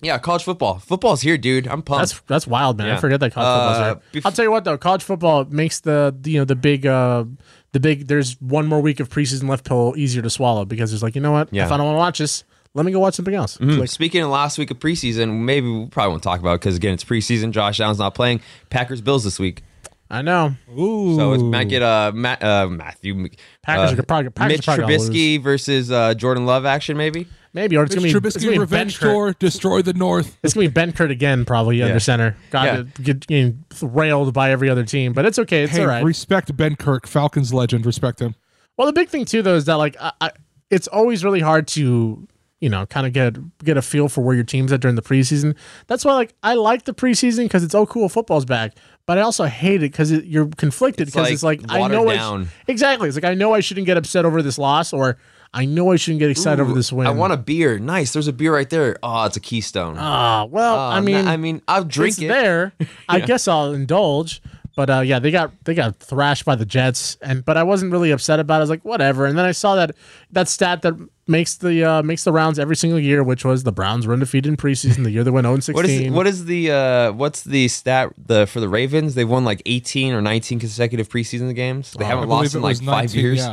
B: Yeah, college football. Football's here, dude. I'm pumped.
C: That's that's wild, man.
B: Yeah.
C: I forget that college football's
B: Uh,
C: there.
B: bef-
C: I'll tell you what though, college football makes the the, you know the big uh the big there's one more week of preseason left pill easier to swallow because it's like, you know what?
B: Yeah.
C: If I don't want to watch this, let me go watch something else.
B: Mm, Speaking of last week of preseason, maybe we probably won't talk about it because again, it's preseason. Josh Allen's not playing. Packers Bills this week,
C: I know.
D: Ooh.
B: so it's might get uh, Matt, uh Matthew
C: Packers
B: uh,
C: are probably Packers
B: Mitch
C: are probably gonna lose.
B: Trubisky versus uh, Jordan Love action maybe.
C: Maybe or it's
D: Mitch
C: gonna be it's gonna
D: Trubisky
C: be
D: revenge
C: Ben Kurt.
D: tour. Destroy the North.
C: It's gonna be Ben Kurt again, probably under center. Got
B: Yeah.
C: it, get, getting railed by every other team, but it's okay. It's
D: Hey,
C: all right.
D: respect Ben Kirk, Falcons legend. Respect him.
C: Well, the big thing too, though, is that like I, I, it's always really hard to you know kind of get get a feel for where your team's at during the preseason. That's why like I like the preseason because it's oh cool football's back, but I also hate it because you're conflicted because it's
B: like
C: like, I
B: watered
C: know I
B: down.
C: sh- exactly. It's like I know I shouldn't get upset over this loss or. I know I shouldn't get excited over
B: Ooh,
C: this win.
B: I want a beer. Nice. There's a beer right there. Oh, it's a Keystone.
C: Ah, well,
B: Oh,
C: I
B: no,
C: mean,
B: I mean, I'll drink
C: it's
B: it.
C: there. I guess I'll indulge. But uh, yeah, they got they got thrashed by the Jets, and but I wasn't really upset about. it. I was like, whatever. And then I saw that that stat that makes the uh, makes the rounds every single year, which was the Browns were undefeated in preseason the year they went 0 16.
B: What is what is the uh, what's the stat the for the Ravens? They've won like 18 or 19 consecutive preseason games.
D: Uh,
B: They haven't lost in like five years.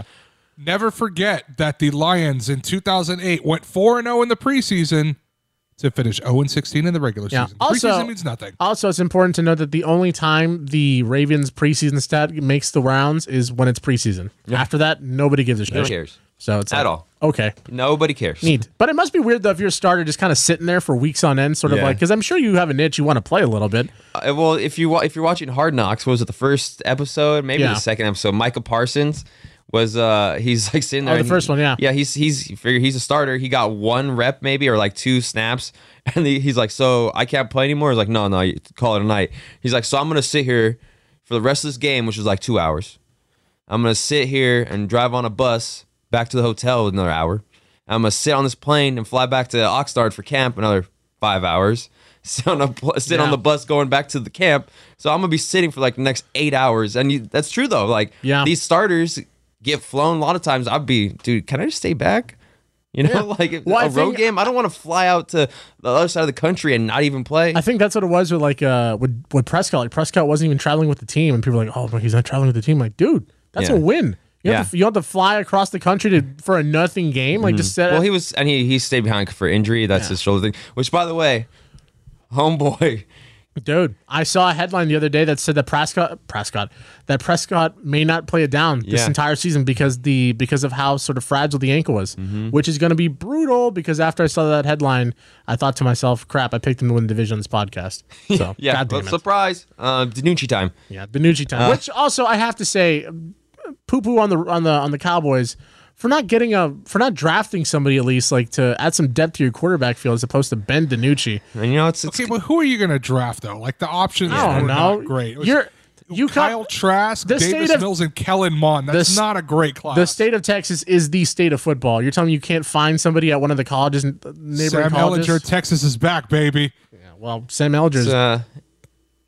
D: Never forget that the Lions in 2008 went 4 and 0 in the preseason to finish 0 and 16 in the regular
C: Yeah.
D: season.
C: Also-
D: preseason means nothing.
C: Also, it's important to note that the only time the Ravens preseason stat makes the rounds is when it's preseason. After that, nobody gives a shit.
B: Who cares?
C: So it's
B: At
C: like,
B: all.
C: Okay.
B: Nobody cares.
C: Neat. But it must be weird though if you're a starter just kind of sitting there for weeks on end, sort of
B: Yeah.
C: like because I'm sure you have a niche you want to play a little bit.
B: Uh, well, if you wa- if you're watching Hard Knocks, what was it the first episode? Maybe
C: Yeah.
B: the second episode. Michael Parsons was uh he's like sitting there.
C: Oh, the
B: and-
C: first one, yeah.
B: Yeah, he's he's you figure he's a starter. He got one rep maybe or like two snaps, and the, he's like, so I can't play anymore. He's like, no, no, you call it a night. He's like, so I'm gonna sit here for the rest of this game, which is like two hours. I'm gonna sit here and drive on a bus back to the hotel with another hour. I'm gonna sit on this plane and fly back to Oxnard for camp another five hours. Sit on a pl- sit on
C: Yeah.
B: the bus going back to the camp. So I'm gonna be sitting for like the next eight hours. And you, that's true though. Like
C: Yeah.
B: these starters get flown a lot of times. I'd be dude, can I just stay back? You know, like if-
C: Well, I
B: a road
C: think-
B: game. I don't want to fly out to the other side of the country and not even play.
C: I think that's what it was with like uh with, with Prescott. Like Prescott wasn't even traveling with the team, and people were like, oh, but he's not traveling with the team. Like, dude, that's
B: Yeah.
C: a win. You
B: Yeah. Mhm.
C: have, to, you have to fly across the country to for a nothing game. Like just set.
B: Well, he was, and he, he stayed behind for injury. That's his shoulder thing. Which, by the way, homeboy,
C: dude, I saw a headline the other day that said that Prescott Prescott that Prescott may not play it down this
B: Yeah.
C: entire season because the because of how sort of fragile the ankle was,
B: Mm-hmm.
C: which is going to be brutal. Because after I saw that headline, I thought to myself, crap, I picked him to win the division on this podcast. So
B: Yeah,
C: God damn
B: well,
C: it.
B: surprise. Uh, Danucci time.
C: Yeah, Benucci time. Which also I have to say, poo poo on the on the on the Cowboys for not getting a for not drafting somebody at least like to add some depth to your quarterback field as opposed to Ben DiNucci.
B: And you know, it's, it's
D: Okay, but who are you going to draft though? Like the options
C: I don't
D: were
C: know.
D: Oh, not great. It was-
C: You're You cut-
D: Kyle Trask,
C: the state
D: Davis
C: of-
D: Mills, and Kellen Mond. That's
C: s-
D: not a great class.
C: The state of Texas is the state of football. You're telling me you can't find somebody at one of the colleges, uh, neighboring
D: Sam
C: colleges?
D: Ellinger, Texas is back, baby.
C: well, Sam Ellinger's
B: It's, uh,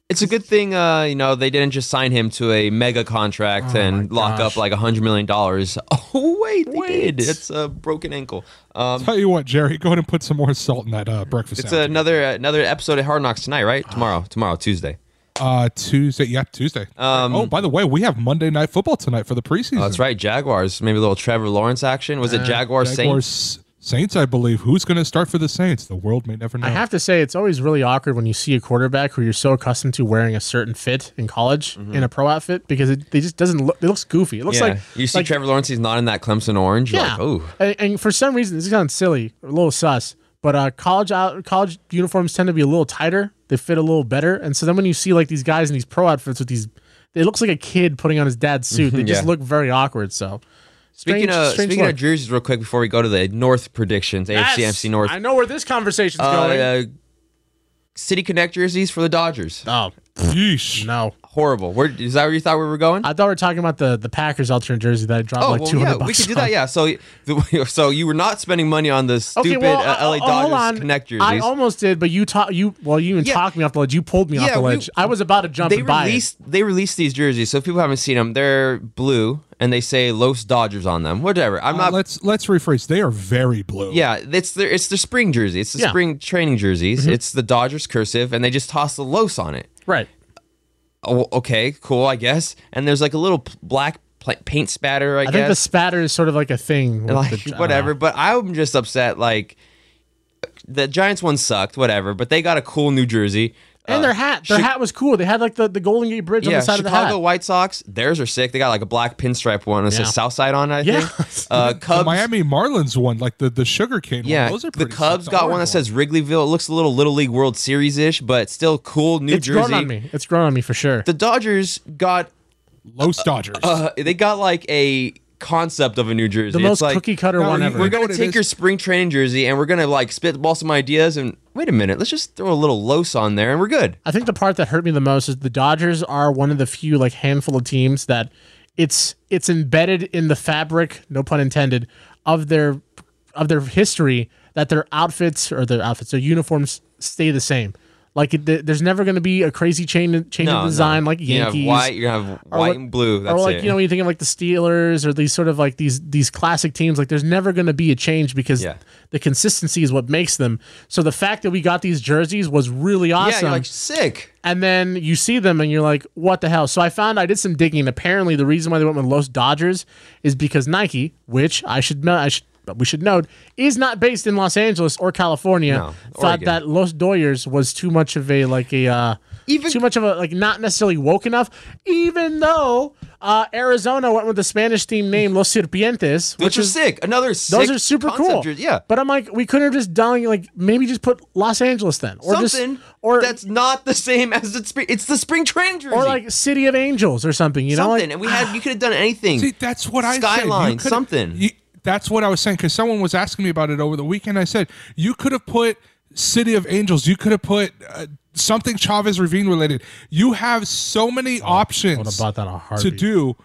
B: it's a good thing, uh, you know, they didn't just sign him to a mega contract
C: Oh
B: and lock up like a hundred million dollars. Oh wait, they did. It's a broken ankle. Um,
D: Tell you what, Jerry, go ahead and put some more salt in that uh, breakfast.
B: it's
D: sandwich.
B: another another episode of Hard Knocks tonight,
C: Ah.
B: right? Tomorrow, tomorrow, Tuesday.
D: Uh, Tuesday. Yeah, Tuesday. oh, by the way, we have Monday night football tonight for the preseason.
B: Um, Oh, That's right, Jaguars. Maybe a little Trevor Lawrence action. Was it
C: Uh,
B: Jaguars Saints?
D: Jaguars, Saints, I believe. Who's going to start for the Saints? The world may never know.
C: I have to say, it's always really awkward when you see a quarterback who you're so accustomed to wearing a certain fit in college in a pro outfit because it they just doesn't look. It looks goofy. It looks
B: Yeah,
C: like
B: you see
C: like,
B: Trevor Lawrence. He's not in that Clemson orange. You're
C: Yeah.
B: like, oh,
C: and, and for some reason, this sounds silly, a little sus, but uh, college out, college uniforms tend to be a little tighter. They fit a little better, and so then when you see like these guys in these pro outfits with these, it looks like a kid putting on his dad's suit. They just
B: Mm-hmm, Yeah.
C: look very awkward. So.
B: Speaking
C: strange-
B: of
C: strange
B: speaking
C: look.
B: of jerseys, real quick before we go to the North predictions, AFC
C: Yes!
B: NFC North.
C: I know where this conversation's
B: Uh,
C: going.
B: uh, City Connect jerseys for the Dodgers.
C: oh
D: Yeesh.
C: no!
B: Horrible. Where is that where you thought we were going?
C: I thought we were talking about the the Packers alternate jersey that I dropped
B: oh,
C: like
B: well,
C: two hundred
B: yeah,
C: bucks.
B: we could do
C: on.
B: that. Yeah. So, the, so you were not spending money on the stupid uh, LA
C: uh, uh, hold
B: Dodgers
C: on.
B: Connect jerseys.
C: I almost did, but you ta- you well, you even
B: Yeah.
C: talked me off the ledge. You pulled me off
B: Yeah,
C: the
B: we-
C: ledge. I was about to jump
B: they
C: and buy it.
B: released they released these jerseys. So if people haven't seen them, they're blue and they say Los Dodgers on them. Whatever. I'm
D: Uh,
B: not.
D: let's let's rephrase. They are very blue.
B: yeah, it's their it's their spring jersey. It's the
C: Yeah. Mm-hmm.
B: spring training jerseys. It's the Dodgers cursive, and they just toss the Los on it.
C: Right.
B: oh, okay, cool, I guess. And there's like a little p- black pla- paint spatter, I,
C: I think the
B: guess,
C: spatter is sort of like a thing. with
B: like
C: the- uh, I don't
B: whatever.
C: know.
B: But I'm just upset. Like the Giants one sucked, whatever. But they got a cool New Jersey.
C: And their hat, their
B: Uh, Chi-
C: hat was cool. They had like the, the Golden Gate Bridge on
B: yeah,
C: the side
B: Chicago
C: of the hat.
B: White Sox, theirs are sick. They got like a black pinstripe one. It
C: Yeah.
B: says Southside on it, I
C: Yeah.
B: think. Uh,
D: The
B: Cubs.
D: Miami Marlins one, like the the sugar cane.
B: Yeah,
D: one. those are
B: the
D: pretty
B: Cubs
D: sick.
B: got one
D: orange
B: that says Wrigleyville. It looks a little Little League World Series ish, but still cool. New
C: It's grown
B: Jersey.
C: on me. It's grown on me for sure.
B: The Dodgers got
D: Los Dodgers.
B: uh, they got like a concept of a New Jersey.
C: the
B: It's
C: most
B: like,
C: cookie cutter
D: No,
C: one
D: you-
C: ever.
B: We're
D: know
B: gonna
D: what it
B: take
D: is?
B: your spring training jersey and we're gonna like spitball some ideas and wait a minute, let's just throw a little los on there and we're good.
C: I think the part that hurt me the most is the Dodgers are one of the few like handful of teams that it's it's embedded in the fabric, no pun intended, of their of their history that their outfits or their outfits, their uniforms stay the same. Like it, th- there's never going to be a crazy change change
B: No,
C: of
B: no.
C: design like Yankees.
B: You have white, you have
C: or
B: white
C: like-
B: and blue. That's
C: or like
B: it.
C: you know when you think of like the Steelers or these sort of like these these classic teams like there's never going to be a change because
B: Yeah.
C: the consistency is what makes them so the fact that we got these jerseys was really
B: yeah,
C: awesome
B: you're like sick.
C: and then you see them and you're like, what the hell? So I found I did some digging. Apparently, the reason why they went with Los Dodgers is because Nike, which I should know, I should. But we should note is not based in Los Angeles or California.
B: No,
C: thought
B: Oregon.
C: that Los Doyers was too much of a like a uh,
B: Even-
C: too much of a like not necessarily woke enough. Even though uh, Arizona went with the Spanish team name Los Sirpientes,
B: Which,
C: which
B: are
C: is
B: sick. Another
C: those
B: sick
C: are super
B: concept
C: cool.
B: jersey. Yeah.
C: but I'm like, we could have just done like maybe just put Los Angeles then, or
B: Something
C: just or
B: that's not the same as the spring it's the spring training jersey.
C: or like City of Angels or something. You know,
B: something.
C: like,
B: and we had you could have done anything.
D: See, that's what I said. You
B: Skyline,
D: could've-
B: something.
D: you- that's what I was saying because someone was asking me about it over the weekend. I said you could have put City of Angels. You could have put uh, something Chavez Ravine related. You have so many options
C: Oh, bought that on
D: to
C: Harvey.
D: do,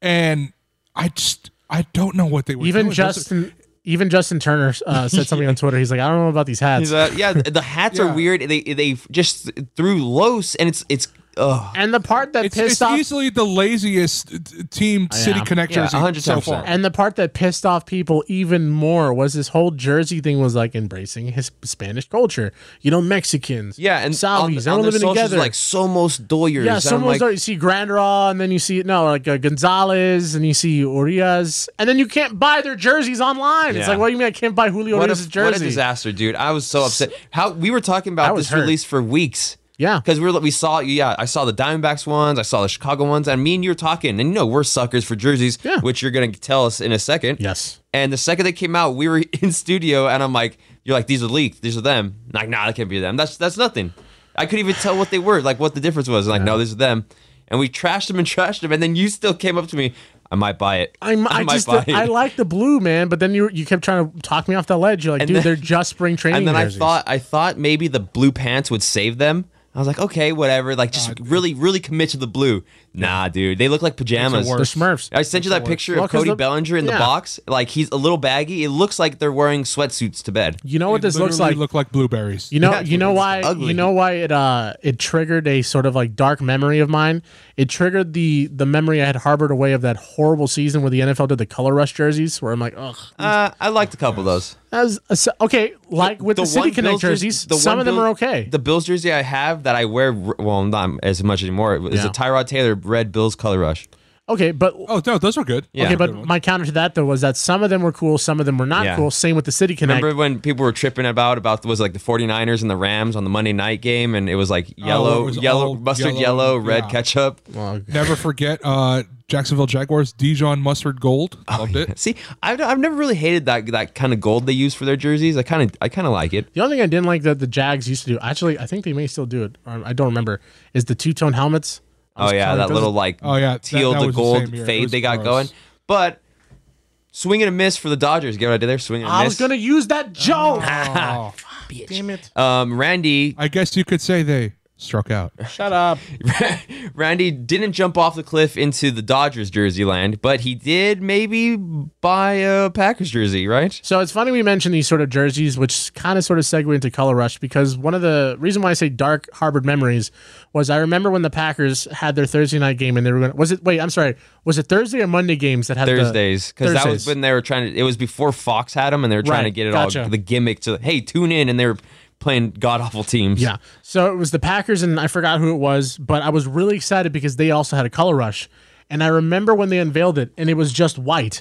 D: and I just I don't know what they were
C: even
D: doing. Those are-
C: Justin, even Justin Turner uh, said something on Twitter. He's like, I don't know about these hats.
B: He's, uh, yeah, the hats
D: Yeah.
B: are weird. They they just threw los and it's it's ugh.
C: and the part that
D: It's,
C: pissed
D: it's
C: off,
D: easily the laziest t- team City
C: Yeah.
D: Connect
B: Yeah,
D: jersey so
B: 100%.
D: far.
C: and the part that pissed off people even more was this whole jersey thing was like embracing his Spanish culture. You know, Mexicans.
B: Yeah, and on,
C: Salvies, they're
B: on
C: all
B: their
C: living
B: socials,
C: together.
B: like Somos Doyers.
C: yeah,
B: And I'm
C: some
B: like,
C: like, you see Grandraw, and then you see no like uh, Gonzalez, and you see Urias, and then you can't buy their jerseys online. It's
B: Yeah.
C: like, what do you mean I can't buy Julio
B: what
C: Urias'
B: a,
C: jersey?
B: what a disaster, dude! I was so upset. How we were talking
C: I
B: about
C: was
B: this
C: hurt.
B: release for weeks.
C: Yeah.
B: because we were we saw yeah I saw the Diamondbacks ones, I saw the Chicago ones, and me and you were talking, and you know we're suckers for jerseys,
C: Yeah.
B: which you're gonna tell us in a second.
C: Yes.
B: And the second they came out, we were in studio, and I'm like, you're like these are leaked, these are them. I'm like nah, that can't be them. That's that's nothing. I couldn't even tell what they were, like what the difference was. like no, these are them. And we trashed them and trashed them, and then you still came up to me. I might buy it.
C: I'm, I,
B: might
C: just
B: buy it.
C: I like the blue man, but then you you kept trying to talk me off the ledge. You're like, dude,
B: then-
C: they're just spring training.
B: and then
C: jerseys."
B: I thought I thought maybe the blue pants would save them, I was like, okay, whatever. Like, just really, really commit to the blue. Nah, dude, they look like pajamas.
C: Uh, They're Smurfs.
B: I sent you that picture
C: Well,
B: of
C: 'cause
B: Cody
C: the-
B: Bellinger in the
C: yeah.
B: box. Like, he's a little baggy. It looks like they're wearing sweatsuits to bed.
C: You know what
D: They
C: this looks
D: literally
C: like?
D: Look like blueberries.
C: You know, you know why?
B: ugly.
C: You know why it uh it triggered a sort of like dark memory of mine. It triggered the the memory I had harbored away of that horrible season where the NFL did the color rush jerseys, where I'm like, ugh.
B: Uh, I liked a couple of those.
C: That was a s- okay, like with the, City
B: one
C: Connect
B: Bills jer-
C: jerseys, some
B: one
C: of them
B: Bill-
C: are okay.
B: The Bills jersey I have that I wear, r- well, not as much anymore, is a
C: Yeah.
B: Tyrod Taylor red Bills color rush.
C: okay, but
D: Oh no, those are good.
B: Yeah.
C: okay, but
D: Good ones.
C: my counter to that though was that some of them were cool, some of them were not
B: Yeah.
C: cool. Same with the City Connect.
B: Remember when people were tripping about about was it like the 49ers and the Rams on the Monday night game and it was like yellow
D: Oh, it was
B: yellow
D: all
B: mustard yellow,
D: yellow,
B: red
D: yeah.
B: ketchup.
D: Never forget uh, Jacksonville Jaguars Dijon mustard gold.
B: Oh,
D: Loved it.
B: See, I've, I've never really hated that that kind of gold they use for their jerseys. I kind of I kind of like it.
C: The only thing I didn't like that the Jags used to do, actually, I think they may still do it. Or I don't remember. Is the two tone helmets? I
B: Oh
C: was
B: yeah,
C: kinda-
B: that
C: those-
B: little like
D: Oh, yeah, that-
B: teal
D: that
B: to
D: was the
B: gold
D: same year. It
B: fade
D: was
B: they got
D: gross.
B: going. But swing and a miss for the Dodgers. Get what I did there? Swing and a
C: I was
B: miss.
C: gonna use that joke.
D: Oh,
C: Damn it!
B: um, Randy
D: I guess you could say they struck out.
C: Shut up.
B: Randy didn't jump off the cliff into the Dodgers jersey land, but he did maybe buy a Packers jersey, right?
C: So it's funny we mentioned these sort of jerseys, which kind of sort of segue into Color Rush because one of the reason why I say dark harbored memories was I remember when the Packers had their Thursday night game and they were going. to Was it? Wait, I'm sorry. Was it Thursday or Monday games that had the-
B: Thursdays because that was
C: Thursdays.
B: when they were trying to. It was before Fox had them, and they were trying to
C: Right,
B: get it all
C: gotcha.
B: the gimmick to hey tune in, and they were playing god awful teams.
C: Yeah. So it was the Packers, and I forgot who it was, but I was really excited because they also had a color rush. And I remember when they unveiled it, and it was just white.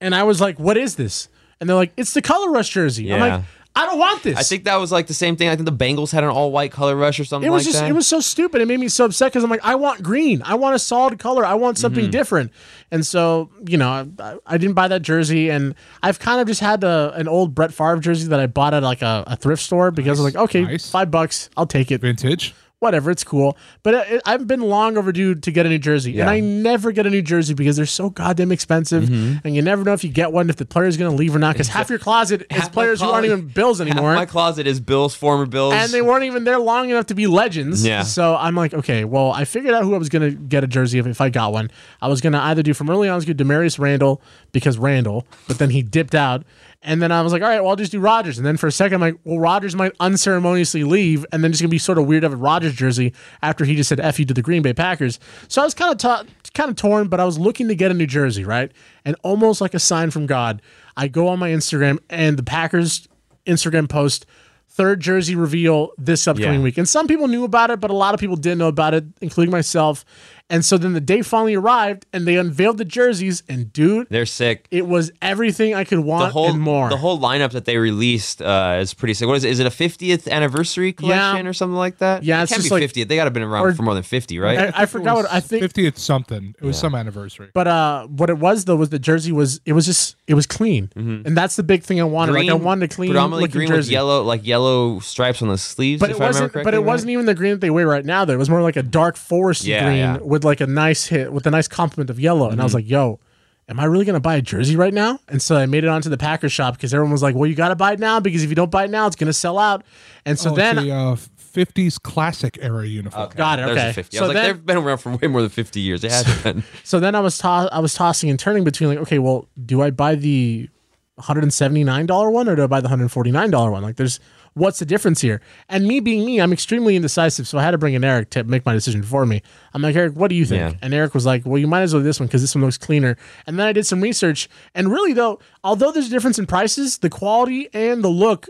C: And I was like, what is this? And they're like, it's the color rush jersey. I'm
B: Yeah.
C: like, I don't want this.
B: I think that was like the same thing. I think the Bengals had an all white color rush or something
C: it was
B: like
C: just
B: that.
C: it was so stupid. It made me so upset because I'm like, I want green. I want a solid color. I want something
B: Mm-hmm.
C: different. And so you know, I, I didn't buy that jersey, and I've kind of just had a, an old Brett Favre jersey that I bought at like a, a thrift store because I was like, okay,
D: nice.
C: five bucks, I'll take it.
D: Vintage.
C: whatever, it's cool. But it, it- I've been long overdue to get a new jersey, and
B: Yeah. Mm-hmm.
C: I never get a new jersey because they're so goddamn expensive, and you never know if you get one if the player's going to leave or not. Because half your closet is
B: Half my
C: players who aren't
B: closet-
C: even Bills
B: Half
C: anymore,
B: my closet is Bills, former Bills,
C: and they weren't even there long enough to be legends.
B: Yeah.
C: So I'm like, okay, well, I figured out who I was going to get a jersey of if I got one. I was going to either do from early on, I was going to do Demarius Randall because Randall, but then he dipped out. And then I was like, all right, well, I'll just do Rodgers. And then for a second, I'm like, well, Rodgers might unceremoniously leave and then just going to be sort of weird of a Rodgers jersey after he just said F you to the Green Bay Packers. So I was kind of t- kind of torn, but I was looking to get a new jersey, right? And almost like a sign from God, I go on my Instagram and the Packers Instagram post third jersey reveal this upcoming
B: Yeah.
C: week. And some people knew about it, but a lot of people didn't know about it, including myself. And so then the day finally arrived and they unveiled the jerseys and dude,
B: they're sick.
C: it was everything I could want
B: the whole
C: and more.
B: the whole lineup that they released uh, is pretty sick. What is it? Is it a 50th anniversary collection or something like that?
C: Yeah,
B: it
C: it's
B: can't
C: just
B: be
C: like-
B: 50th. They got to have been around
C: or-
B: for more than 50, right?
C: I, I forgot what I think
D: 50th something. It was some anniversary.
C: but uh what it was though was the jersey was it was just it was clean. And that's the big thing I wanted. like I wanted a clean
B: Mm-hmm. predominantly
C: looking
B: green
C: jersey.
B: with yellow, like yellow stripes on the sleeves.
C: But
B: if I
C: it
B: remember
C: wasn't.
B: correctly,
C: But it
B: right?
C: wasn't even the green that they wear right now. Though it was more like a dark foresty
B: Yeah,
C: green
B: yeah. Mm-hmm.
C: with like a nice hit with a nice complement of yellow. And I was like, "Yo, am I really gonna buy a jersey right now?" And so I made it onto the Packers shop because everyone was like, "Well, you gotta buy it now because if you don't buy it now, it's gonna sell out." And so
D: Oh,
C: then
D: the uh, 50s classic era uniform.
C: got it.
B: There's
C: Okay.
B: a 50. I
C: So
B: was like,
C: then-
B: they've been around for way more than 50 years. They had been.
C: So then I was to- I was tossing and turning between like, okay, well, do I buy the $179 one or do I buy the $149 one? Like there's what's the difference here? And me being me, I'm extremely indecisive, so I had to bring in Eric to make my decision for me. I'm like, Eric, what do you think?
B: Yeah.
C: And Eric was like, well, you might as well do this one because this one looks cleaner. And then I did some research, and really though, although there's a difference in prices, the quality and the look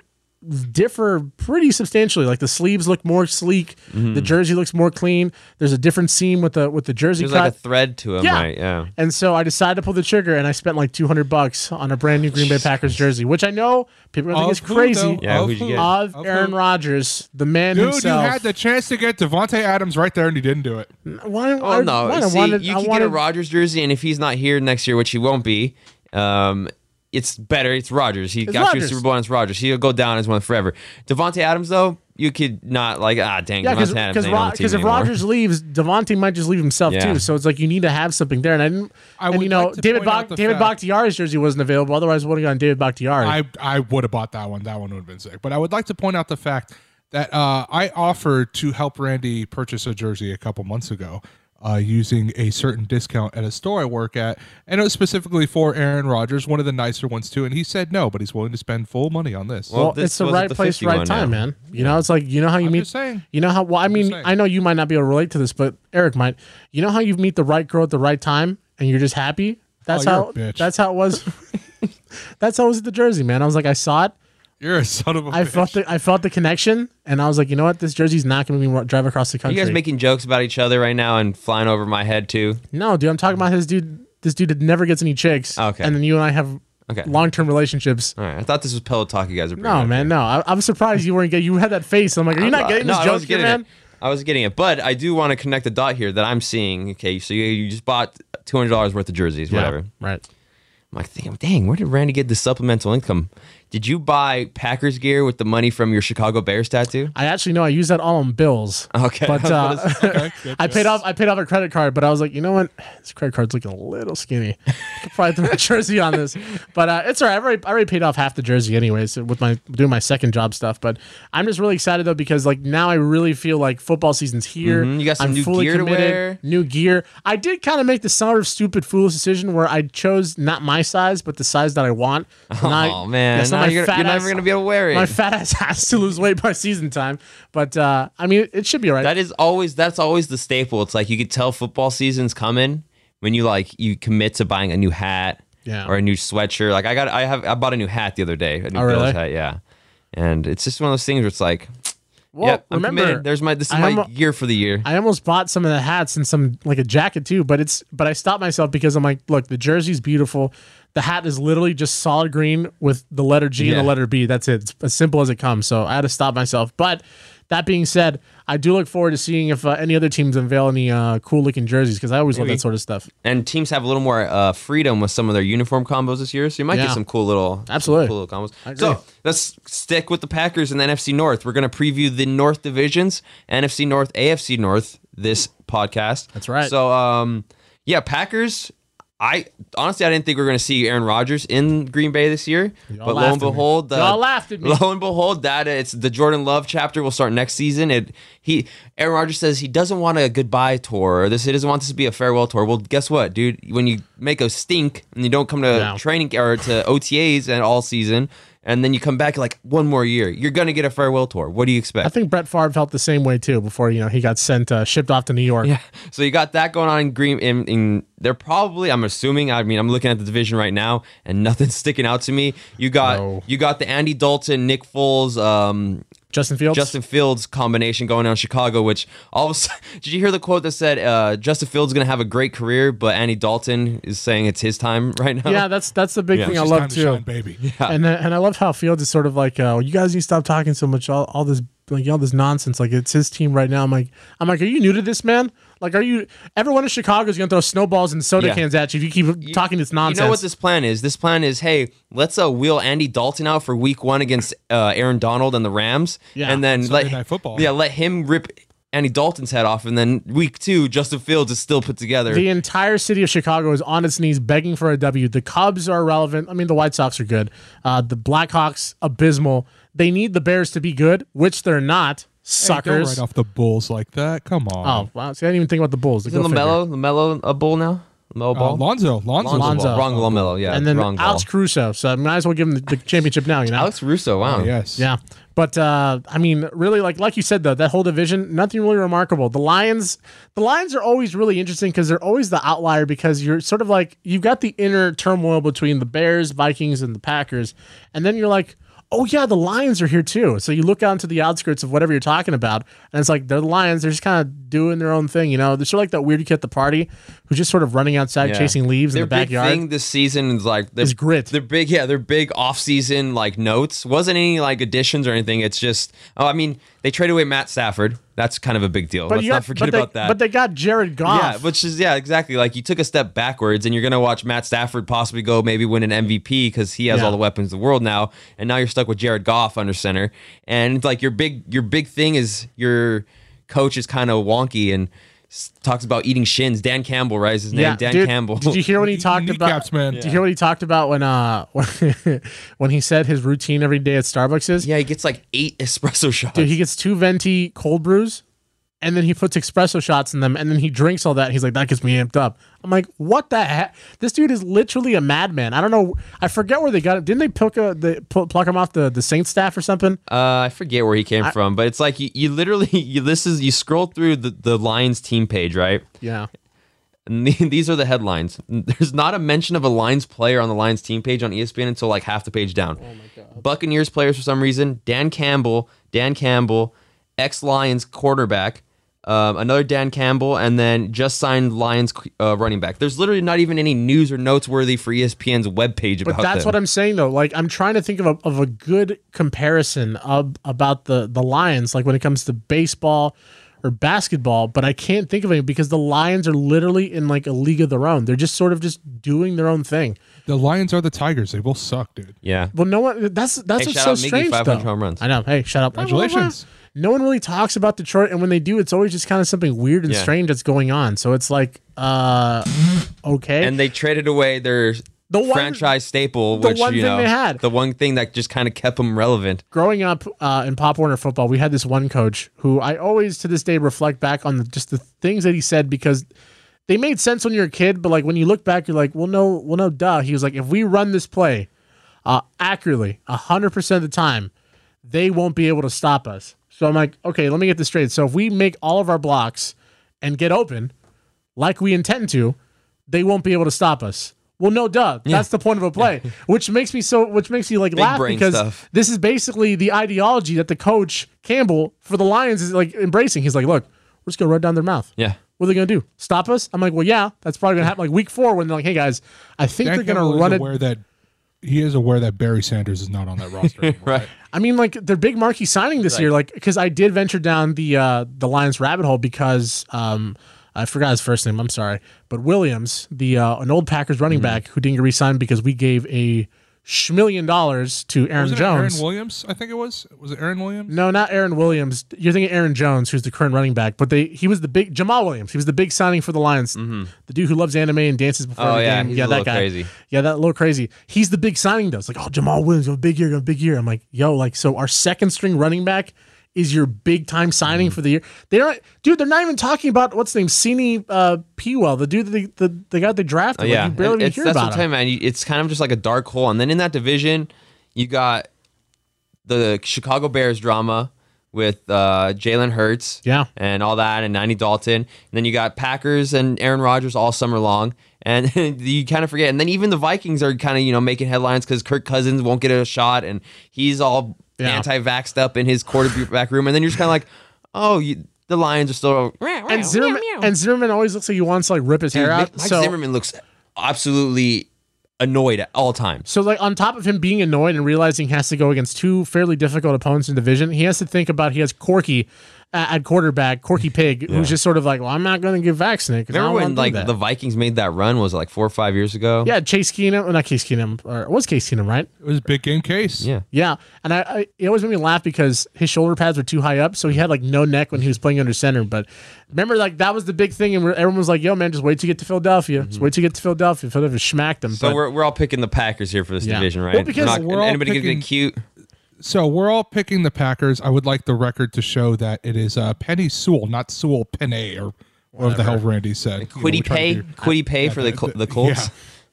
C: differ pretty substantially. Like the sleeves look more sleek,
B: Mm-hmm.
C: the jersey looks more clean. There's a different seam with the with the jersey
B: There's
C: cut.
B: like a thread to him,
C: Yeah.
B: right? Yeah.
C: And so I decided to pull the trigger, and I spent like 200 bucks on a brand new Green Bay Packers jersey, which I know people are gonna think is
D: Of who,
C: crazy.
D: though?
B: Yeah,
D: Of
B: who'd you
D: who?
B: get?
C: Of
D: Of
C: Aaron
D: who?
C: Rodgers, the man
D: Dude,
C: himself.
D: you had the chance to get Devonte Adams right there, and you didn't do it.
C: Why-
B: Oh
C: why-
B: no!
C: why- I
B: See,
C: wanted-
B: you
C: I
B: can get
C: wanted-
B: a Rogers jersey, and if he's not here next year, which he won't be, um, it's better. It's Rogers. He got you a
C: Rodgers.
B: Super Bowl, and it's Rogers. He'll go down as one forever. Devonte Adams, though, you could not like ah dang.
C: Yeah,
B: Devontae Adams
C: because
B: ain't on the team
C: because if
B: anymore.
C: Rodgers leaves, Devontae might just leave himself
B: Yeah.
C: too. So it's like you need to have something there. And I didn't.
D: I
C: and
D: would
C: you know,
D: like to
C: David
D: point out
C: Bak-
D: the
C: David
D: fact-
C: Bakhtiari's jersey wasn't available. Otherwise, I would have gone David Bakhtiari.
D: I, I would have bought that one. That one would have been sick. But I would like to point out the fact that uh, I offered to help Randy purchase a jersey a couple months ago uh, using a certain discount at a store I work at. And it was specifically for Aaron Rodgers, one of the nicer ones too. And he said no, but he's willing to spend full money on this.
B: Well,
C: Well,
B: this
C: it's the
B: was at
C: right
B: the
C: place,
B: 50
C: right
B: one
C: time,
B: now.
C: man. You know, it's like you know how you meet.
D: just saying.
C: You know how? Well, I mean,
D: saying.
C: I know you might not be able to relate to this, but Eric might. You know how you meet the right girl at the right time, and you're just happy. That's
D: Oh, you're a
C: how.
D: bitch.
C: That's how it was. that's how it was at the Jersey, man. I was like, I saw it.
D: You're a son of a
C: I
D: bitch.
C: felt the I felt the connection, and I was like, you know what? This jersey's not going to be drive across the
B: You
C: country.
B: guys making jokes about each other right now and flying over my head too.
C: no, dude, I'm talking about his dude. This dude that never gets any chicks.
B: Oh, Okay.
C: And then you and I have
B: Okay.
C: long term relationships.
B: All right, I thought this was pillow talk. You guys are bringing
C: No,
B: up.
C: man, no. I, I'm surprised you weren't getting. You had that face. I'm like, are you not getting
B: no,
C: this
B: I
C: joke,
B: was
C: here,
B: getting
C: man?
B: it. I was getting it, but I do want to connect the dot here that I'm seeing. Okay, so you, you just bought two hundred dollars worth of jerseys, whatever.
C: Yeah, right.
B: I'm like, damn, dang, where did Randy get the supplemental income? Did you buy Packers gear with the money from your Chicago Bears tattoo?
C: I actually know I use that all on bills.
B: Okay.
C: but uh,
D: good
C: I paid off. I paid off a credit card, but I was like, you know what? This credit card's looking a little skinny. I could probably throw a jersey on this, but uh, it's all right. I've already, I already paid off half the jersey anyways with my doing my second job stuff. But I'm just really excited though because like now I really feel like football season's here.
B: Mhm, you got some
C: I'm
B: new
C: fully
B: gear to
C: committed,
B: wear.
C: New gear. I did kind of make the sort of stupid, foolish decision where I chose not my size, but the size that I want. Oh
B: oh man, now you're, gonna- you're never gonna be able to wear it.
C: my fat ass has to lose weight by season time, but uh, I mean, it should be all right.
B: that is always that's always the staple. It's like you could tell football season's coming when you like you commit to buying a new hat
C: Yeah.
B: or a new sweatshirt. Like I got I have I bought a new hat the other day, a new
C: Oh,
B: Bills
C: really?
B: hat, yeah. And it's just one of those things where it's like,
C: Well,
B: yep, I'm committed. There's my this is
C: I
B: my
C: almo-
B: year for the year.
C: I almost bought some of the hats and some like a jacket too, but it's but I stopped myself because I'm like, look, the jersey's beautiful. The hat is literally just solid green with the letter G and
B: Yeah.
C: the letter B. That's it. It's as simple as it comes. So I had to stop myself. But that being said, I do look forward to seeing if uh, any other teams unveil any uh, cool looking jerseys because I always love that sort of stuff.
B: and teams have a little more uh, freedom with some of their uniform combos this year, so you might
C: Yeah.
B: get some cool little some
C: Absolutely.
B: cool little combos.
C: agree.
B: So let's stick with the Packers and the NFC North. We're going to preview the North divisions, NFC North, AFC North, this podcast.
C: That's right.
B: So, um, yeah, Packers. I honestly, I didn't think we were going to see Aaron Rodgers in Green Bay this year, but lo
C: laughed
B: and
C: at me.
B: behold, uh, the,
C: Y'all laughed at me.
B: lo and behold, that it's the Jordan Love chapter will start next season. It he Aaron Rodgers says he doesn't want a goodbye tour. Or this he doesn't want this to be a farewell tour. Well, guess what, dude? When you make a stink and you don't come to
C: No.
B: training or to OTAs and all season, and then you come back like one more year, you're gonna get a farewell tour. What do you expect?
C: I think Brett Favre felt the same way too before you know he got sent uh, shipped off to New York. Yeah.
B: So you got that going on in Green. In, in they're probably. I'm assuming. I mean, I'm looking at the division right now, and nothing's sticking out to me. You got
C: No.
B: you got the Andy Dalton, Nick Foles, um,
C: Justin Fields.
B: Justin Fields combination going on in Chicago. Which all of a sudden, did you hear the quote that said uh, Justin Fields is going to have a great career, but Andy Dalton is saying it's his time right now.
C: Yeah, that's that's the big
B: Yeah.
C: thing
B: It's
C: I
D: It's
C: love
D: time
C: too.
D: to shine, baby.
C: and then, and I love how Fields is sort of like, uh, you guys need to stop talking so much. All, all this like all this nonsense. Like it's his team right now. I'm like, I'm like, are you new to this, man? Like, are you? Everyone in Chicago is gonna throw snowballs and soda
B: Yeah.
C: cans at you if you keep talking this nonsense.
B: You know what this plan is? This plan is, hey, let's uh, wheel Andy Dalton out for Week One against uh, Aaron Donald and the Rams,
C: Yeah,
B: and then
D: Sunday
B: let
D: Night Football.
B: yeah, let him rip Andy Dalton's head off, and then Week Two, Justin Fields is still put together.
C: the entire city of Chicago is on its knees begging for a W. The Cubs are irrelevant. I mean, the White Sox are good. Uh, the Blackhawks abysmal. They need the Bears to be good, which they're not.
D: Don't
C: Suckers.
D: write off the Bulls like that. Come on.
C: oh wow! See, I didn't even think about the Bulls.
B: Isn't
C: Go figure.
B: Lamelo Lamelo a bull now? Lamelo
D: Uh,
B: ball.
D: Lonzo, Lonzo,
B: Lonzo
C: Lonzo.
B: Ball. Wrong Lamelo. Yeah,
C: and then
B: wrong
C: Alex
B: ball.
C: Crusoe. So I might as well give him the, the championship now. You know,
B: Alex Russo. Wow.
D: Yes.
C: Oh, Yeah, but uh, I mean, really, like like you said though, that whole division, nothing really remarkable. The Lions, the Lions are always really interesting because they're always the outlier because you're sort of like you've got the inner turmoil between the Bears, Vikings, and the Packers, and then you're like. Oh yeah, the Lions are here too. So you look out into the outskirts of whatever you're talking about, and it's like they're the Lions. They're just kind of doing their own thing, you know. They're sort of like that weird kid at the party who's just sort of running outside,
B: Yeah.
C: chasing leaves
B: their
C: in the backyard.
B: Big thing this season is like their,
C: Is grit.
B: Their big yeah, their big off-season like notes wasn't any like additions or anything. It's just oh, I mean they traded away Matt Stafford. That's kind of a big deal. Let's
C: you got-
B: not forget
C: but they,
B: about that.
C: But they got Jared Goff.
B: yeah, which is yeah, exactly. Like you took a step backwards, and you're gonna watch Matt Stafford possibly go maybe win an MVP because he has
C: Yeah.
B: all the weapons in the world now, and now you're stuck with Jared Goff under center, and it's like your big your big thing is your coach is kind of wonky, and s- talks about eating shins. Dan Campbell, right? Is his name
C: Yeah,
B: Dan
C: dude,
B: Campble.
C: Did you hear what he talked
D: Kneecaps,
C: about?
D: man.
C: Did you hear what he talked about when uh when, when he said his routine every day at Starbucks is?
B: yeah, he gets like eight espresso shots.
C: Dude, he gets two venti cold brews, and then he puts espresso shots in them, and then he drinks all that. and he's like, that gets me amped up. I'm like, what the heck? This dude is literally a madman. I don't know. I forget where they got him. Didn't they pluck a, the pl- pluck him off the the Saints staff or something?
B: Uh, I forget where he came from, but it's like you, you literally you this is you scroll through the, the Lions team page, right?
C: yeah.
B: And the- these are the headlines. There's not a mention of a Lions player on the Lions team page on E ESPN until like half the page down. Oh my god. Buccaneers players for some reason. Dan Campbell, Dan Campbell, ex Lions quarterback, um, another Dan Campbell, and then just signed Lions uh, running back. There's literally not even any news or noteworthy for E ESPN's webpage about
C: But that's
B: them.
C: what I'm saying though. Like I'm trying to think of a, of a good comparison of about the the Lions, like when it comes to baseball or basketball, but I can't think of any because the Lions are literally in like a league of their own. They're just sort of just doing their own thing.
D: The Lions are the Tigers. They both suck, dude.
B: yeah.
C: Well, no one. That's that's
B: Hey,
C: what's
B: shout
C: so
B: out Miggy,
C: strange
B: 500
C: though.
B: home runs.
C: I know. Hey, shut up.
D: Congratulations.
C: No one really talks about Detroit, and when they do, it's always just kind of something weird and
B: Yeah.
C: strange that's going on. So it's like, uh, okay.
B: And they traded away their
C: The one-
B: franchise staple,
C: the
B: which
C: one
B: you
C: thing
B: know,
C: they had.
B: the one thing that just kind of kept them relevant.
C: growing up uh, in Pop Warner football, we had this one coach who I always to this day reflect back on the, just the things that he said because they made sense when you're a kid, but like when you look back, you're like, well, no, well, no, duh. He was like, if we run this play uh, accurately, hundred percent of the time, they won't be able to stop us. So I'm like, okay, let me get this straight. So if we make all of our blocks and get open, like we intend to, they won't be able to stop us. Well, no, duh. That's the point of a play, which makes me so, which makes me like laugh
B: brain
C: because
B: stuff.
C: this is basically the ideology that the coach Campbell for the Lions is like embracing. He's like, look, we're just gonna run down their mouth.
B: Yeah.
C: What are they gonna do? Stop us? I'm like, well, yeah, that's probably gonna happen. Like week four, when they're like, hey guys, I think
D: Dan
C: they're gonna
D: Campbell is
C: run it.
D: aware that he is aware that Barry Sanders is not on that roster anymore. right.
C: I mean, like their big marquee signing this year, like because I did venture down the uh, the Lions rabbit hole because um, I forgot his first name. I'm sorry, but Williams, the uh, an old Packers running back who didn't get re-signed because we gave a schmillion dollars to Aaron
D: Wasn't it
C: Jones.
D: Aaron Williams, I think it was. Was it Aaron Williams?
C: no, not Aaron Williams. You're thinking Aaron Jones, who's the current running back, but they he was the big Jamal Williams. He was the big signing for the Lions, the dude who loves anime and dances before
B: Mm-hmm. Oh,
C: the
B: yeah,
C: game.
B: he's
C: yeah,
B: a
C: that
B: little
C: guy.
B: crazy.
C: Yeah, that little crazy. He's the big signing though. It's like, oh, Jamal Williams, have a big year, have a big year. I'm like, yo, like, so our second string running back is your big time signing
B: Mm-hmm.
C: for the year. They don't, dude. They're not even talking about what's his name, Sini uh, Pewell, the dude that they, the the guy they drafted.
B: yeah,
C: like, you barely
B: it-
C: even
B: it's,
C: hear
B: that's
C: about
B: what
C: him.
B: I'm telling you, man. You- It's kind of just like a dark hole. And then in that division, you got the Chicago Bears drama with uh, Jalen Hurts,
C: Yeah.
B: and all that, and 90 Dalton. And then you got Packers and Aaron Rodgers all summer long. And you kind of forget. And then even the Vikings are kind of you know making headlines because Kirk Cousins won't get a shot, and he's all
C: Yeah.
B: anti-vaxxed up in his quarterback room. And then you're just kind of like, oh, you, the Lions are still.
C: And Zimmerman, and Zimmerman always looks like he wants to like rip his hair out.
B: Mike Mike
C: so,
B: Zimmerman looks absolutely annoyed at all times.
C: So like on top of him being annoyed and realizing he has to go against two fairly difficult opponents in the division, he has to think about he has Corky at at quarterback, Corky Pig, who's just sort of like, well, I'm not going to get vaccinated. 'cause I
B: Remember
C: don't
B: when
C: wanna
B: like
C: do that."
B: the Vikings made that run? Was it like four or five years ago?
C: yeah Chase Keenum, well, not Case Keenum, or it was Case Keenum, right?
D: It was a big game case.
B: Yeah.
C: Yeah, and I, I it always made me laugh because his shoulder pads were too high up, so he had like no neck when he was playing under center. But remember, like that was the big thing, and everyone was like, "Yo, man, just wait till you get to Philadelphia. Just wait till you get to Philadelphia." Philadelphia smacked him.
B: Mm-hmm. So
C: but-
B: we're, we're all picking the Packers here for this
C: Yeah.
B: division,
C: Well,
B: right?
C: because
D: we're all
B: anybody gonna
D: picking-
B: get cute.
D: So we're all picking the Packers. I would like the record to show that it is uh, Penny Sewell, not Sewell Penne or whatever the hell Randy said. You know, we
B: Quiddy
D: try to
B: pay,
D: be-
B: quiddy pay for the, Col- the Colts.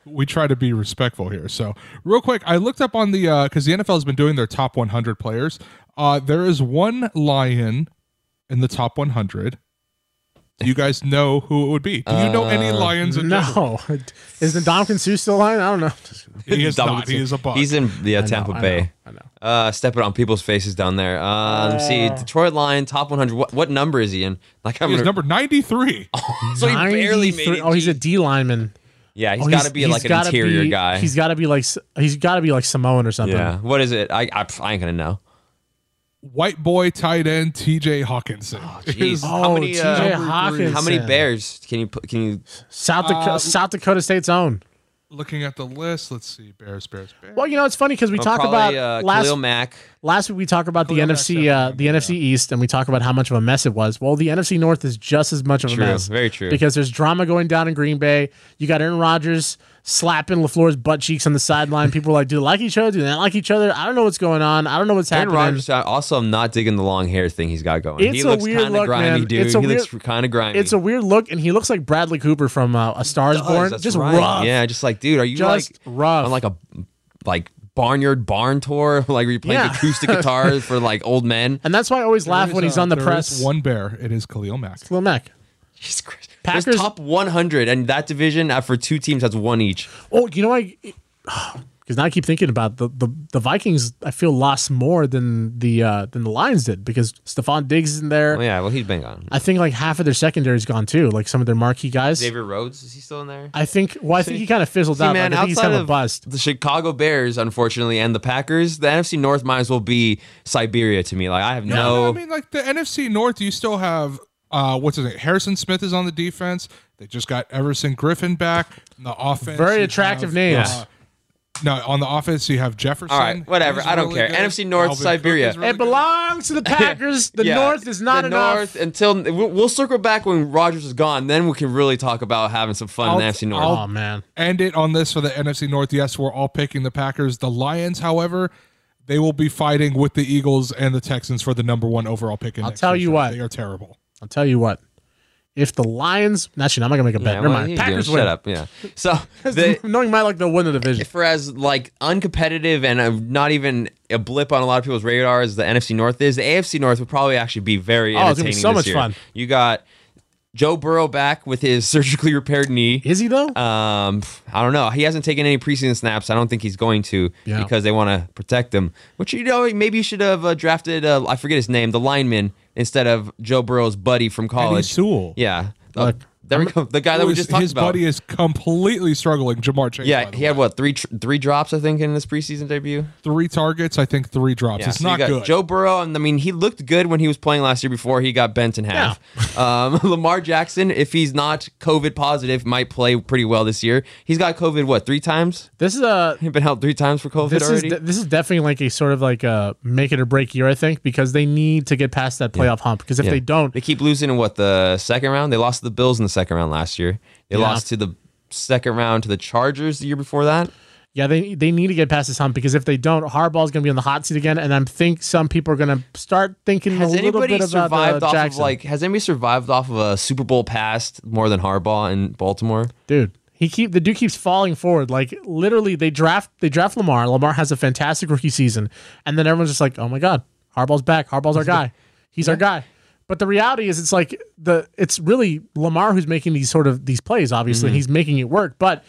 D: Yeah. We try to be respectful here. So, real quick, I looked up on the because the NFL has been doing their top 100 players. Uh, there is one lion in the top 100. Do you guys know who it would be? Do you know any
B: Uh,
D: lions? In general?
C: no, is the Domkin Sue still lying? I don't know.
D: he is
B: Double-
D: not. He is a buck.
B: He's in yeah, Tampa
C: I
B: Bay.
C: know, I know.
B: Uh, step it on people's faces down there. Uh, let me see. Detroit Lion, top 100. What, what number is he in? Like I'm
D: He is
B: gonna,
D: number 93.
B: so he barely made
C: 93
B: it.
C: Oh, he's a D lineman.
B: yeah, he's
C: Oh,
B: got to be
C: he's
B: like an
C: gotta
B: interior
C: be-
B: guy.
C: He's got to be like s- he's got to be like Samoan or something.
B: yeah. What is it? I, I I ain't gonna know.
D: White boy tight end TJ Hawkinson.
B: Jeez.
D: Is-
B: how
C: Oh,
B: many,
C: T.J.
B: uh,
C: Hawkins.
B: how many Bears can you put? Can you
C: South Dakota, South Dakota State's own.
D: looking at the list, let's see. Bears, Bears, Bears.
C: Well, you know, it's funny because we talk
B: Probably,
C: about
B: uh,
C: last
B: Khalil Mack.
C: last week we talk about the
D: Khalil Mack's
C: NFC uh,
D: definitely
C: the NFC East and we talk about how much of a mess it was. Well, the NFC North is just as much of
B: True,
C: a mess.
B: very true.
C: Because there's drama going down in Green Bay. You got Aaron Rodgers slapping LaFleur's butt cheeks on the sideline. People are like, do they like each other? Do they not like each other? I don't know what's going on. I don't know what's
B: Aaron
C: happening.
B: Rodgers. I also, I'm not digging the long hair thing he's got going.
C: It's
B: he
C: a
B: looks
C: weird
B: kind of
C: look,
B: grimy,
C: man.
B: dude.
C: It's a
B: he
C: weird-
B: looks kind of grimy.
C: It's a weird look and he looks like Bradley Cooper from uh, A Star is
B: Does,
C: Born.
B: that's
C: Just
B: right.
C: rough.
B: Yeah, just like, dude, are you
C: Just
B: like
C: rough.
B: on like a like barnyard barn tour? like, are you playing
C: Yeah.
B: acoustic guitar for like old men?
C: And that's why I always laugh
D: There
C: when
D: is,
C: he's
D: uh,
C: on the
D: there
C: press.
D: is one bear. It is Khalil Mack.
C: Lil Mac.
B: Jesus Christ.
C: Packers-
B: There's top 100, and that division uh, for two teams has one each.
C: Oh, you know, I because now I keep thinking about the, the the Vikings. I feel lost more than the uh, than the Lions did because Stephon Diggs isn't there.
B: Oh yeah, well he's been gone.
C: I think like half of their secondary's gone too. Like some of their marquee guys.
B: Xavier Rhodes is he still in there?
C: I think. Well, I think he kind of fizzled
B: See,
C: out.
B: man,
C: like, I think he's
B: outside
C: kind of a
B: of
C: bust.
B: the Chicago Bears, unfortunately, and the Packers, the NFC North might as well be Siberia to me. Like I have no.
C: Oh.
D: I mean, like the NFC North, you still have uh, what's his name? Harrison Smith is on the defense. They just got Everson Griffin back. On the offense,
C: Very
D: you
C: attractive
D: have,
C: names.
D: uh, no, on the offense you have Jefferson.
B: All right, whatever.
D: who's
B: I don't care.
D: good.
B: NFC North,
D: Dalvin Cook
B: Siberia.
D: is really
C: it belongs to the Packers. The
B: Yeah,
C: North is not
B: the
C: enough.
B: North, until we'll, we'll circle back when Rogers is gone. Then we can really talk about having some fun
D: I'll-
B: in the NFC North.
C: oh man,
D: good. End it on this for the NFC North. Yes, we're all picking the Packers. The Lions, however. They will be fighting with the Eagles and the Texans for the number one overall pick. In I'll
C: tell you what.
D: they are terrible.
C: I'll tell you what. If the Lions, actually, I'm not gonna make a bet.
B: Yeah,
C: Never
B: well,
C: mind.
B: he's
C: Packers
B: doing-
C: win.
B: Shut up. Yeah. So the,
C: Knowing my luck, they'll win the division.
B: for as like uncompetitive and uh, not even a blip on a lot of people's radars, the NFC North is the AFC North would probably actually be very
C: Oh,
B: entertaining
C: it's gonna be so
B: this
C: much
B: year.
C: fun.
B: You got Joe Burrow back with his surgically repaired knee.
C: Is he though?
B: Um, I don't know. He hasn't taken any preseason snaps. I don't think he's going to
C: Yeah.
B: because they want to protect him. Which you know, maybe you should have uh, drafted. Uh, I forget his name, the lineman, instead of Joe Burrow's buddy from college,
D: Sewell.
B: Oh, Yeah, Uh,
C: Look,
B: there we go. The guy that we
D: His-
B: just talked
D: his
B: about.
D: buddy is completely struggling. Jamar Chase. by
B: yeah,
D: the
B: he
D: way.
B: had what three tr- three drops I think in his preseason debut.
D: three targets. I think three drops.
B: Yeah,
D: it's
B: so you
D: not
B: got
D: good.
B: Joe Burrow, and I mean, he looked good when he was playing last year before he got bent in half. Um, Lamar Jackson, if he's not COVID positive, might play pretty well this year. He's got COVID what three times?
C: this is a
B: He's been held three times for COVID
C: this is
B: already.
C: de- this is definitely like a sort of like a make it or break year, I think, because they need to get past that playoff hump. Because if
B: Yeah.
C: they don't,
B: They keep losing in what the second round. They lost to the Bills in the second round last year. They lost to the second round to the Chargers the year before that.
C: yeah, they they need to get past this hump. Because if they don't, Harbaugh's going to be on the hot seat again, and I think some people are going to start thinking
B: Has
C: a little
B: anybody
C: bit about
B: survived
C: uh,
B: off
C: Jackson.
B: of like? Has anybody survived off of a Super Bowl past more than Harbaugh in Baltimore?
C: dude. He keep the dude keeps falling forward. Like literally, they draft they draft Lamar. Lamar has a fantastic rookie season, and then everyone's just like, "Oh my god, Harbaugh's back. Harbaugh's our guy. He's our guy." But the reality is, it's like the it's really Lamar who's making these sort of these plays. Obviously,
B: Mm-hmm.
C: he's making it work. But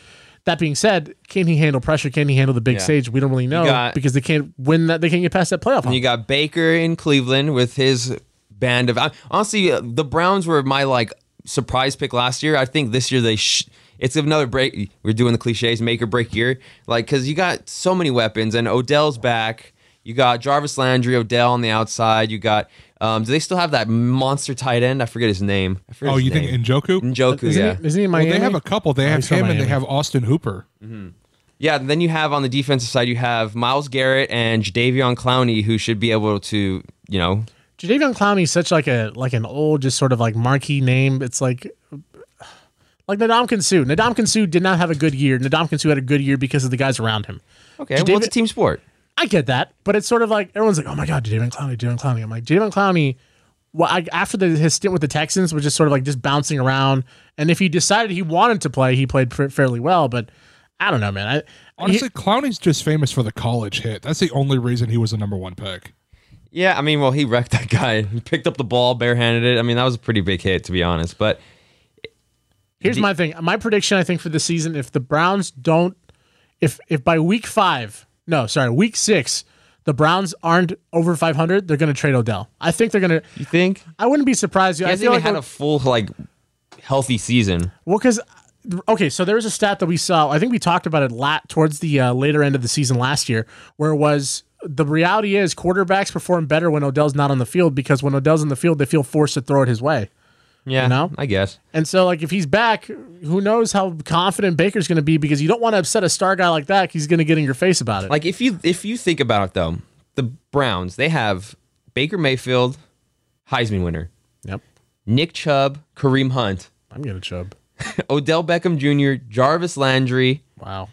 C: that being said, can he handle pressure? Can he handle the big
B: Yeah.
C: stage? We don't really know
B: got-
C: because they can't win that. They can't get past that playoff.
B: And you
C: hump.
B: got Baker in Cleveland with his band of I- honestly, uh, the Browns were my like surprise pick last year. I think this year they sh- it's another break. We're doing the cliches, make or break year, like because you got so many weapons and Odell's back. You got Jarvis Landry, Odell on the outside. You got um, do they still have that monster tight end? I forget his name. I forget
D: oh,
B: his
D: you
B: name.
D: think Njoku?
B: Njoku?
C: Isn't
B: yeah,
C: he, isn't he in
D: well,
C: Miami?
D: they have a couple. They have
C: he's from
D: him and they
C: Miami.
D: have Austin Hooper.
B: Yeah, and then you have on the defensive side, you have Miles Garrett and Jadavion Clowney, who should be able to, you know,
C: Jadavion Clowney is such like a like an old, just sort of like marquee name. It's like like Nadamkin Sue. Nadamkin Sue did not have a good year. Nadamkin Sue had a good year because of the guys around him.
B: okay, well, it's a
C: Jadavion-
B: team sport.
C: I get that, but it's sort of like everyone's like, "Oh my god, Jadavion Clowney, Jadavion Clowney." I'm like, Jadavion Clowney. Well, I, after the, his stint with the Texans was just sort of like just bouncing around, and if he decided he wanted to play, he played pr- fairly well. But I don't know, man. I
D: Honestly, Clowney's just famous for the college hit. That's the only reason he was a number one pick.
B: Yeah, I mean, well, he wrecked that guy. He picked up the ball, barehanded it. I mean, that was a pretty big hit, to be honest. But
C: Here's my thing. My prediction, I think, for the season, if the Browns don't, if if by week five, no, sorry, week six, the Browns aren't over 500, they're going to trade Odell. I think they're going to.
B: you think he
C: I wouldn't be surprised. I
B: hasn't
C: feel
B: even
C: like
B: had a full like healthy season?
C: well, because okay, so there was a stat that we saw. I think we talked about it lat towards the uh, later end of the season last year, where it was the reality is quarterbacks perform better when Odell's not on the field because when Odell's on the field, they feel forced to throw it his way.
B: Yeah,
C: You know?
B: I guess.
C: And so, like, if he's back, who knows how confident Baker's going to be because you don't want to upset a star guy like that. 'cause He's going to get in your face about it.
B: Like if you if you think about it though, the Browns they have Baker Mayfield, Heisman winner,
C: yep.
B: Nick Chubb, Kareem Hunt,
C: I'm going to chub.
B: Odell Beckham Jr., Jarvis Landry.
C: Wow.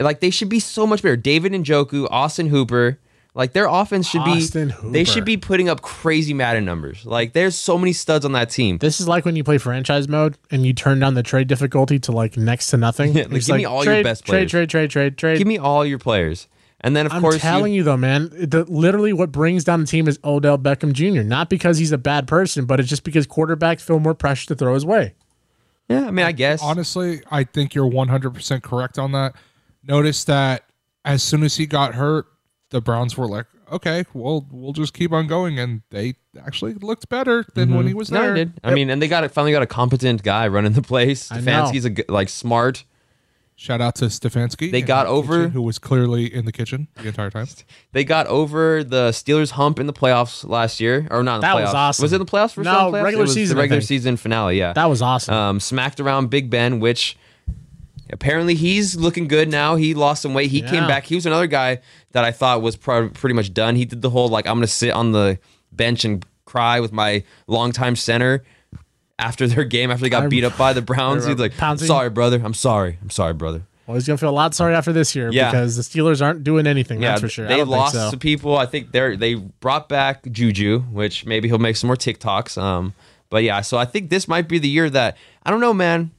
B: Like they should be so much better. David Njoku, Austin Hooper. Like their offense should
C: Austin
B: be they
C: Hooper.
B: should be putting up crazy Madden numbers. Like there's so many studs on that team.
C: This is like when you play franchise mode and you turn down the trade difficulty to like next to nothing.
B: Yeah, like,
C: You're just
B: give me all your
C: trade,
B: best
C: Trade,
B: players.
C: trade, trade, trade, trade.
B: Give me all your players. And then of
C: I'm
B: course
C: telling you, though, man, the, literally what brings down the team is Odell Beckham Jr. Not because he's a bad person, but it's just because quarterbacks feel more pressure to throw his way.
B: Yeah, I mean I guess.
D: Honestly, I think you're 100% correct on that. Notice that as soon as he got hurt, the Browns were like, okay, well, we'll just keep on going. And they actually looked better than when he was
B: Mm-hmm. No,
D: there.
B: I did. I mean, and they got finally got a competent guy running the place.
C: I know.
B: Stefanski's a g- like smart.
D: Shout out to Stefanski.
B: They
D: in
B: got
D: the
B: over-
D: kitchen, who was clearly in the kitchen the entire time.
B: They got over the Steelers hump in the playoffs last year, or not? In the
C: That
B: playoffs.
C: was awesome.
B: Was it the playoffs for
C: No,
B: some playoffs?
C: regular
B: It was
C: season,
B: The
C: I
B: regular
C: think.
B: season finale. Yeah,
C: That was awesome.
B: um, smacked around Big Ben, which apparently he's looking good now. He lost some weight. He
C: Yeah.
B: came back. He was another guy that I thought was pro- pretty much done. He did the whole like I'm gonna sit on the bench and cry with my longtime center after their game after they got
C: I-
B: beat up by the Browns. He's like,
C: Pouncing.
B: sorry, brother. I'm sorry. I'm sorry, brother.
C: well, he's going to feel a lot sorry after this year
B: Yeah.
C: because the Steelers aren't doing anything. that's for sure. I
B: They
C: don't think
B: lost
C: so.
B: to people. I think they they brought back Juju, which maybe he'll make some more TikToks. Um, but yeah, so I think this might be the year that I don't know, man.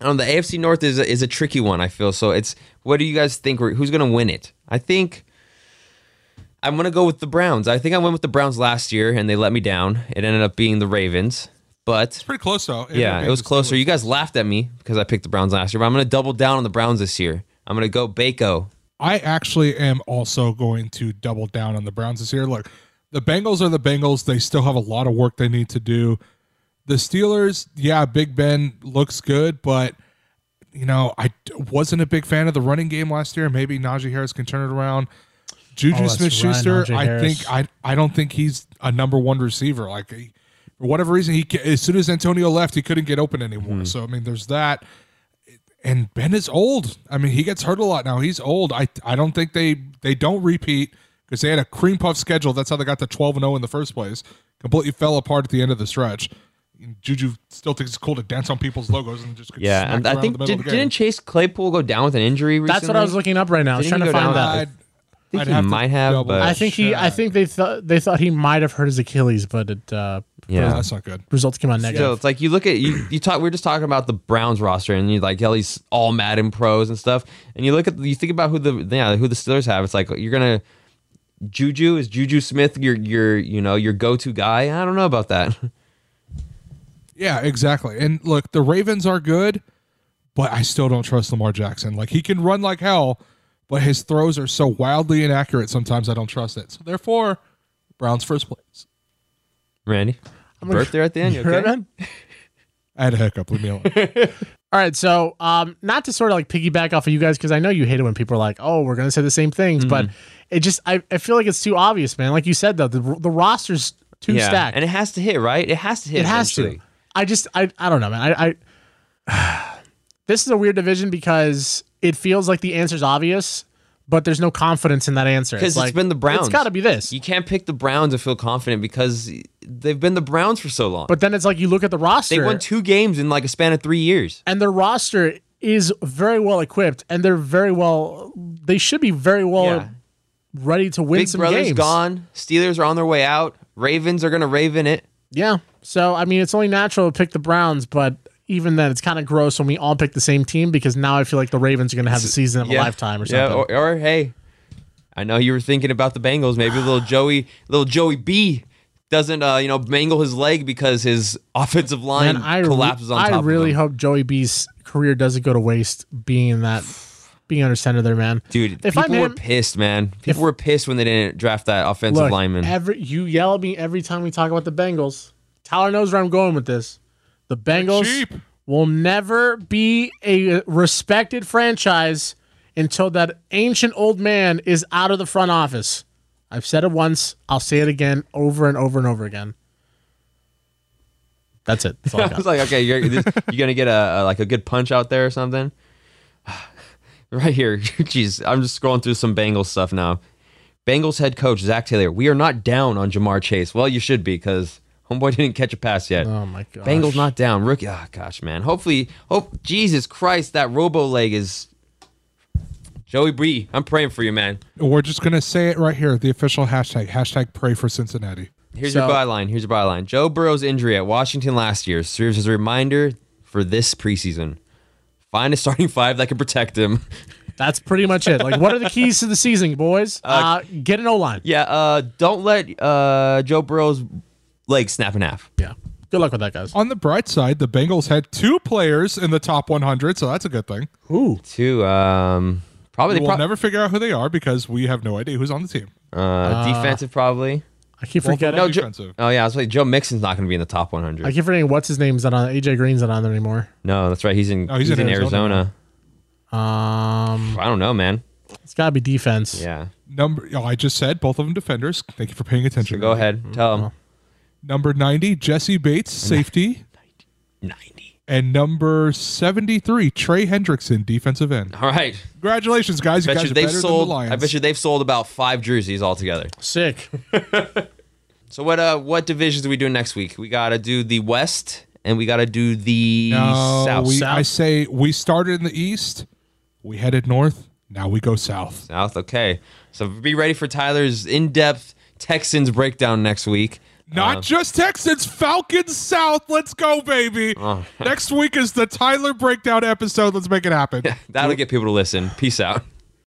B: I don't know, the AFC North is a, is a tricky one. I feel so. It's what do you guys think? we're- Who's going to win it? I think I'm gonna go with the Browns. I think I went with the Browns last year, and they let me down. It ended up being the Ravens, but
D: Pretty close, though. It
B: yeah,
D: ended
B: it was
D: up being
B: closer.
D: the
B: You guys laughed at me because I picked the Browns last year, but I'm gonna double down on the Browns this year. I'm gonna go Baco.
D: I actually am also going to double down on the Browns this year. Look, the Bengals are the Bengals. They still have a lot of work they need to do. The Steelers, yeah, Big Ben looks good, but you know, I d- wasn't a big fan of the running game last year. Maybe Najee Harris can turn it around. Juju
C: Oh, that's
D: Smith Schuster,
C: right, Najee
D: I
C: Harris.
D: think I I don't think he's a number one receiver. Like he, for whatever reason, he ca- as soon as Antonio left, he couldn't get open
C: Mm-hmm.
D: anymore. So I mean, there's that and Ben is old. I mean, he gets hurt a lot now. He's old. I I don't think they they don't repeat because they had a cream puff schedule. That's how they got to twelve and zero in the first place. Completely fell apart at the end of the stretch. And Juju still thinks it's cool to dance on people's logos and just gets
B: Yeah,
D: smacked
B: and I
D: around in
B: think
D: the middle
B: did,
D: of the game.
B: didn't Chase Claypool go down with an injury recently?
C: That's what I was looking up right now. I was
B: Didn't
C: trying
B: he
C: to
B: go
C: find
B: down?
C: that.
D: I'd,
B: think
D: I'd
B: he
D: have to
B: might have,
D: double
B: but-
C: I think he. I
D: check.
C: think they thought they thought he might have hurt his Achilles, but it uh,
D: No,
B: Yeah.
D: that's not good.
C: results came out
B: So
C: negative.
B: it's like you look at you, you talk we are just talking about the Browns roster and you like all these all Madden pros and stuff and you look at you think about who the yeah who the Steelers have it's like you're gonna Juju is Juju Smith your your you know your go to guy I don't know about that
D: Yeah, exactly. And look, the Ravens are good, but I still don't trust Lamar Jackson. Like he can run like hell, but his throws are so wildly inaccurate sometimes I don't trust it. So therefore, Browns first place.
B: Randy
C: gonna-
B: birth there at the end you
C: Right,
B: okay?
C: man?
D: I had a hiccup. Leave me alone.
C: All right, so um, not to sort of like piggyback off of you guys because I know you hate it when people are like, "Oh, we're gonna say the same things,"
B: Mm-hmm.
C: but it just I, I feel like it's too obvious, man. Like you said though, the the roster's too
B: yeah
C: stacked.
B: and it has to hit right it has to hit
C: it has
B: eventually.
C: to. I just I I don't know, man. I, I this is a weird division because it feels like the answer's obvious, but there's no confidence in that answer.
B: 'Cause it's
C: like,
B: been the Browns.
C: It's got to be this.
B: you can't pick the Browns and feel confident because they've been the Browns for so long
C: But then it's like you look at the roster.
B: they won two games in like a span of three years
C: and their roster is very well equipped and they're very well they should be very well
B: Yeah.
C: ready to win
B: Big
C: some
B: Brother's
C: games.
B: gone. Steelers are on their way out. Ravens are gonna raven it.
C: Yeah. So I mean it's only natural to pick the Browns, but even then it's kind of gross when we all pick the same team because now I feel like the Ravens are gonna have the season of a lifetime or something.
B: Yeah. Or, or hey, I know you were thinking about the Bengals. Maybe little Joey, little Joey B, doesn't uh, you know mangle his leg because his offensive line
C: and I re-
B: collapses on
C: I
B: top
C: really
B: of him.
C: hope Joey B's career doesn't go to waste being in that being under center there, man.
B: Dude,
C: if
B: people
C: I'm
B: were
C: him-
B: pissed, man. People were pissed when they didn't draft that offensive
C: Look,
B: lineman.
C: Every you yell at me every time we talk about the Bengals. Tyler knows where I'm going with this. The Bengals
D: cheap.
C: will never be a respected franchise until that ancient old man is out of the front office. I've said it once. I'll say it again over and over and over again. That's it. That's all I
B: I
C: got.
B: was like, okay, you're, you're gonna get a, a like a good punch out there or something. right here, jeez, I'm just scrolling through some Bengals stuff now. Bengals head coach Zach Taylor, we are not down on Jamar Chase. Well, you should be because homeboy didn't catch a pass yet.
C: Oh my god.
B: Bengals not down. Rookie. Oh gosh, man. Hopefully, hope Jesus Christ, that Robo leg is. Joey Bree, I'm praying for you, man.
D: We're just gonna say it right here. The official hashtag hashtag pray for Cincinnati.
B: Here's
C: So-
B: your byline. Here's your byline. Joe Burrow's injury at Washington last year serves as a reminder for this preseason. Find a starting five that can protect him.
C: That's pretty much it. Like, what are the keys to the season, boys? Uh, get an O line.
B: Yeah, uh, don't let uh, Joe Burrow's leg snap in half.
C: Yeah. Good luck with that, guys.
D: On the bright side, the Bengals had two players in the top 100, so that's a good thing.
C: Ooh.
B: Two, um, probably
D: We'll
B: pro-
D: never figure out who they are because we have no idea who's on the team.
B: uh, defensive, probably.
C: I keep
D: Both of
C: forgetting.
D: them
B: Jo-
D: defensive.
B: oh yeah, I was like Joe Mixon's not going to be in the top 100.
C: I keep forgetting what's his name's not on. AJ Green's not on there anymore.
B: no, that's right. He's in.
D: Oh,
B: he's, in, Arizona.
C: Um,
B: I don't know, man.
C: it's gotta be defense.
B: Yeah,
D: Number, oh, I just said both of them defenders. Thank you for paying attention.
B: so go ahead, tell him.
D: Number 90, Jesse Bates, safety,
B: 90.
D: and number 73, Trey Hendrickson, defensive end.
B: All right.
D: Congratulations, guys! You
B: Bet
D: guys
B: you
D: are
B: they've
D: better than
B: sold.
D: the Lions.
B: I bet you they've sold about five jerseys altogether.
C: Sick.
B: So what? Uh, what divisions are we doing next week? We got to do the West and we got to do the
D: No,
B: South.
D: we-
C: South.
D: I say we started in the east, we headed north, now we go south.
B: South. Okay. So be ready for Tyler's in-depth Texans breakdown next week. Uh.
D: Not just Texans, Falcons South. Let's go, baby.
B: Uh.
D: Next week is the Tyler Breakdown episode. Let's make it happen.
B: That'll get people to listen. Peace out.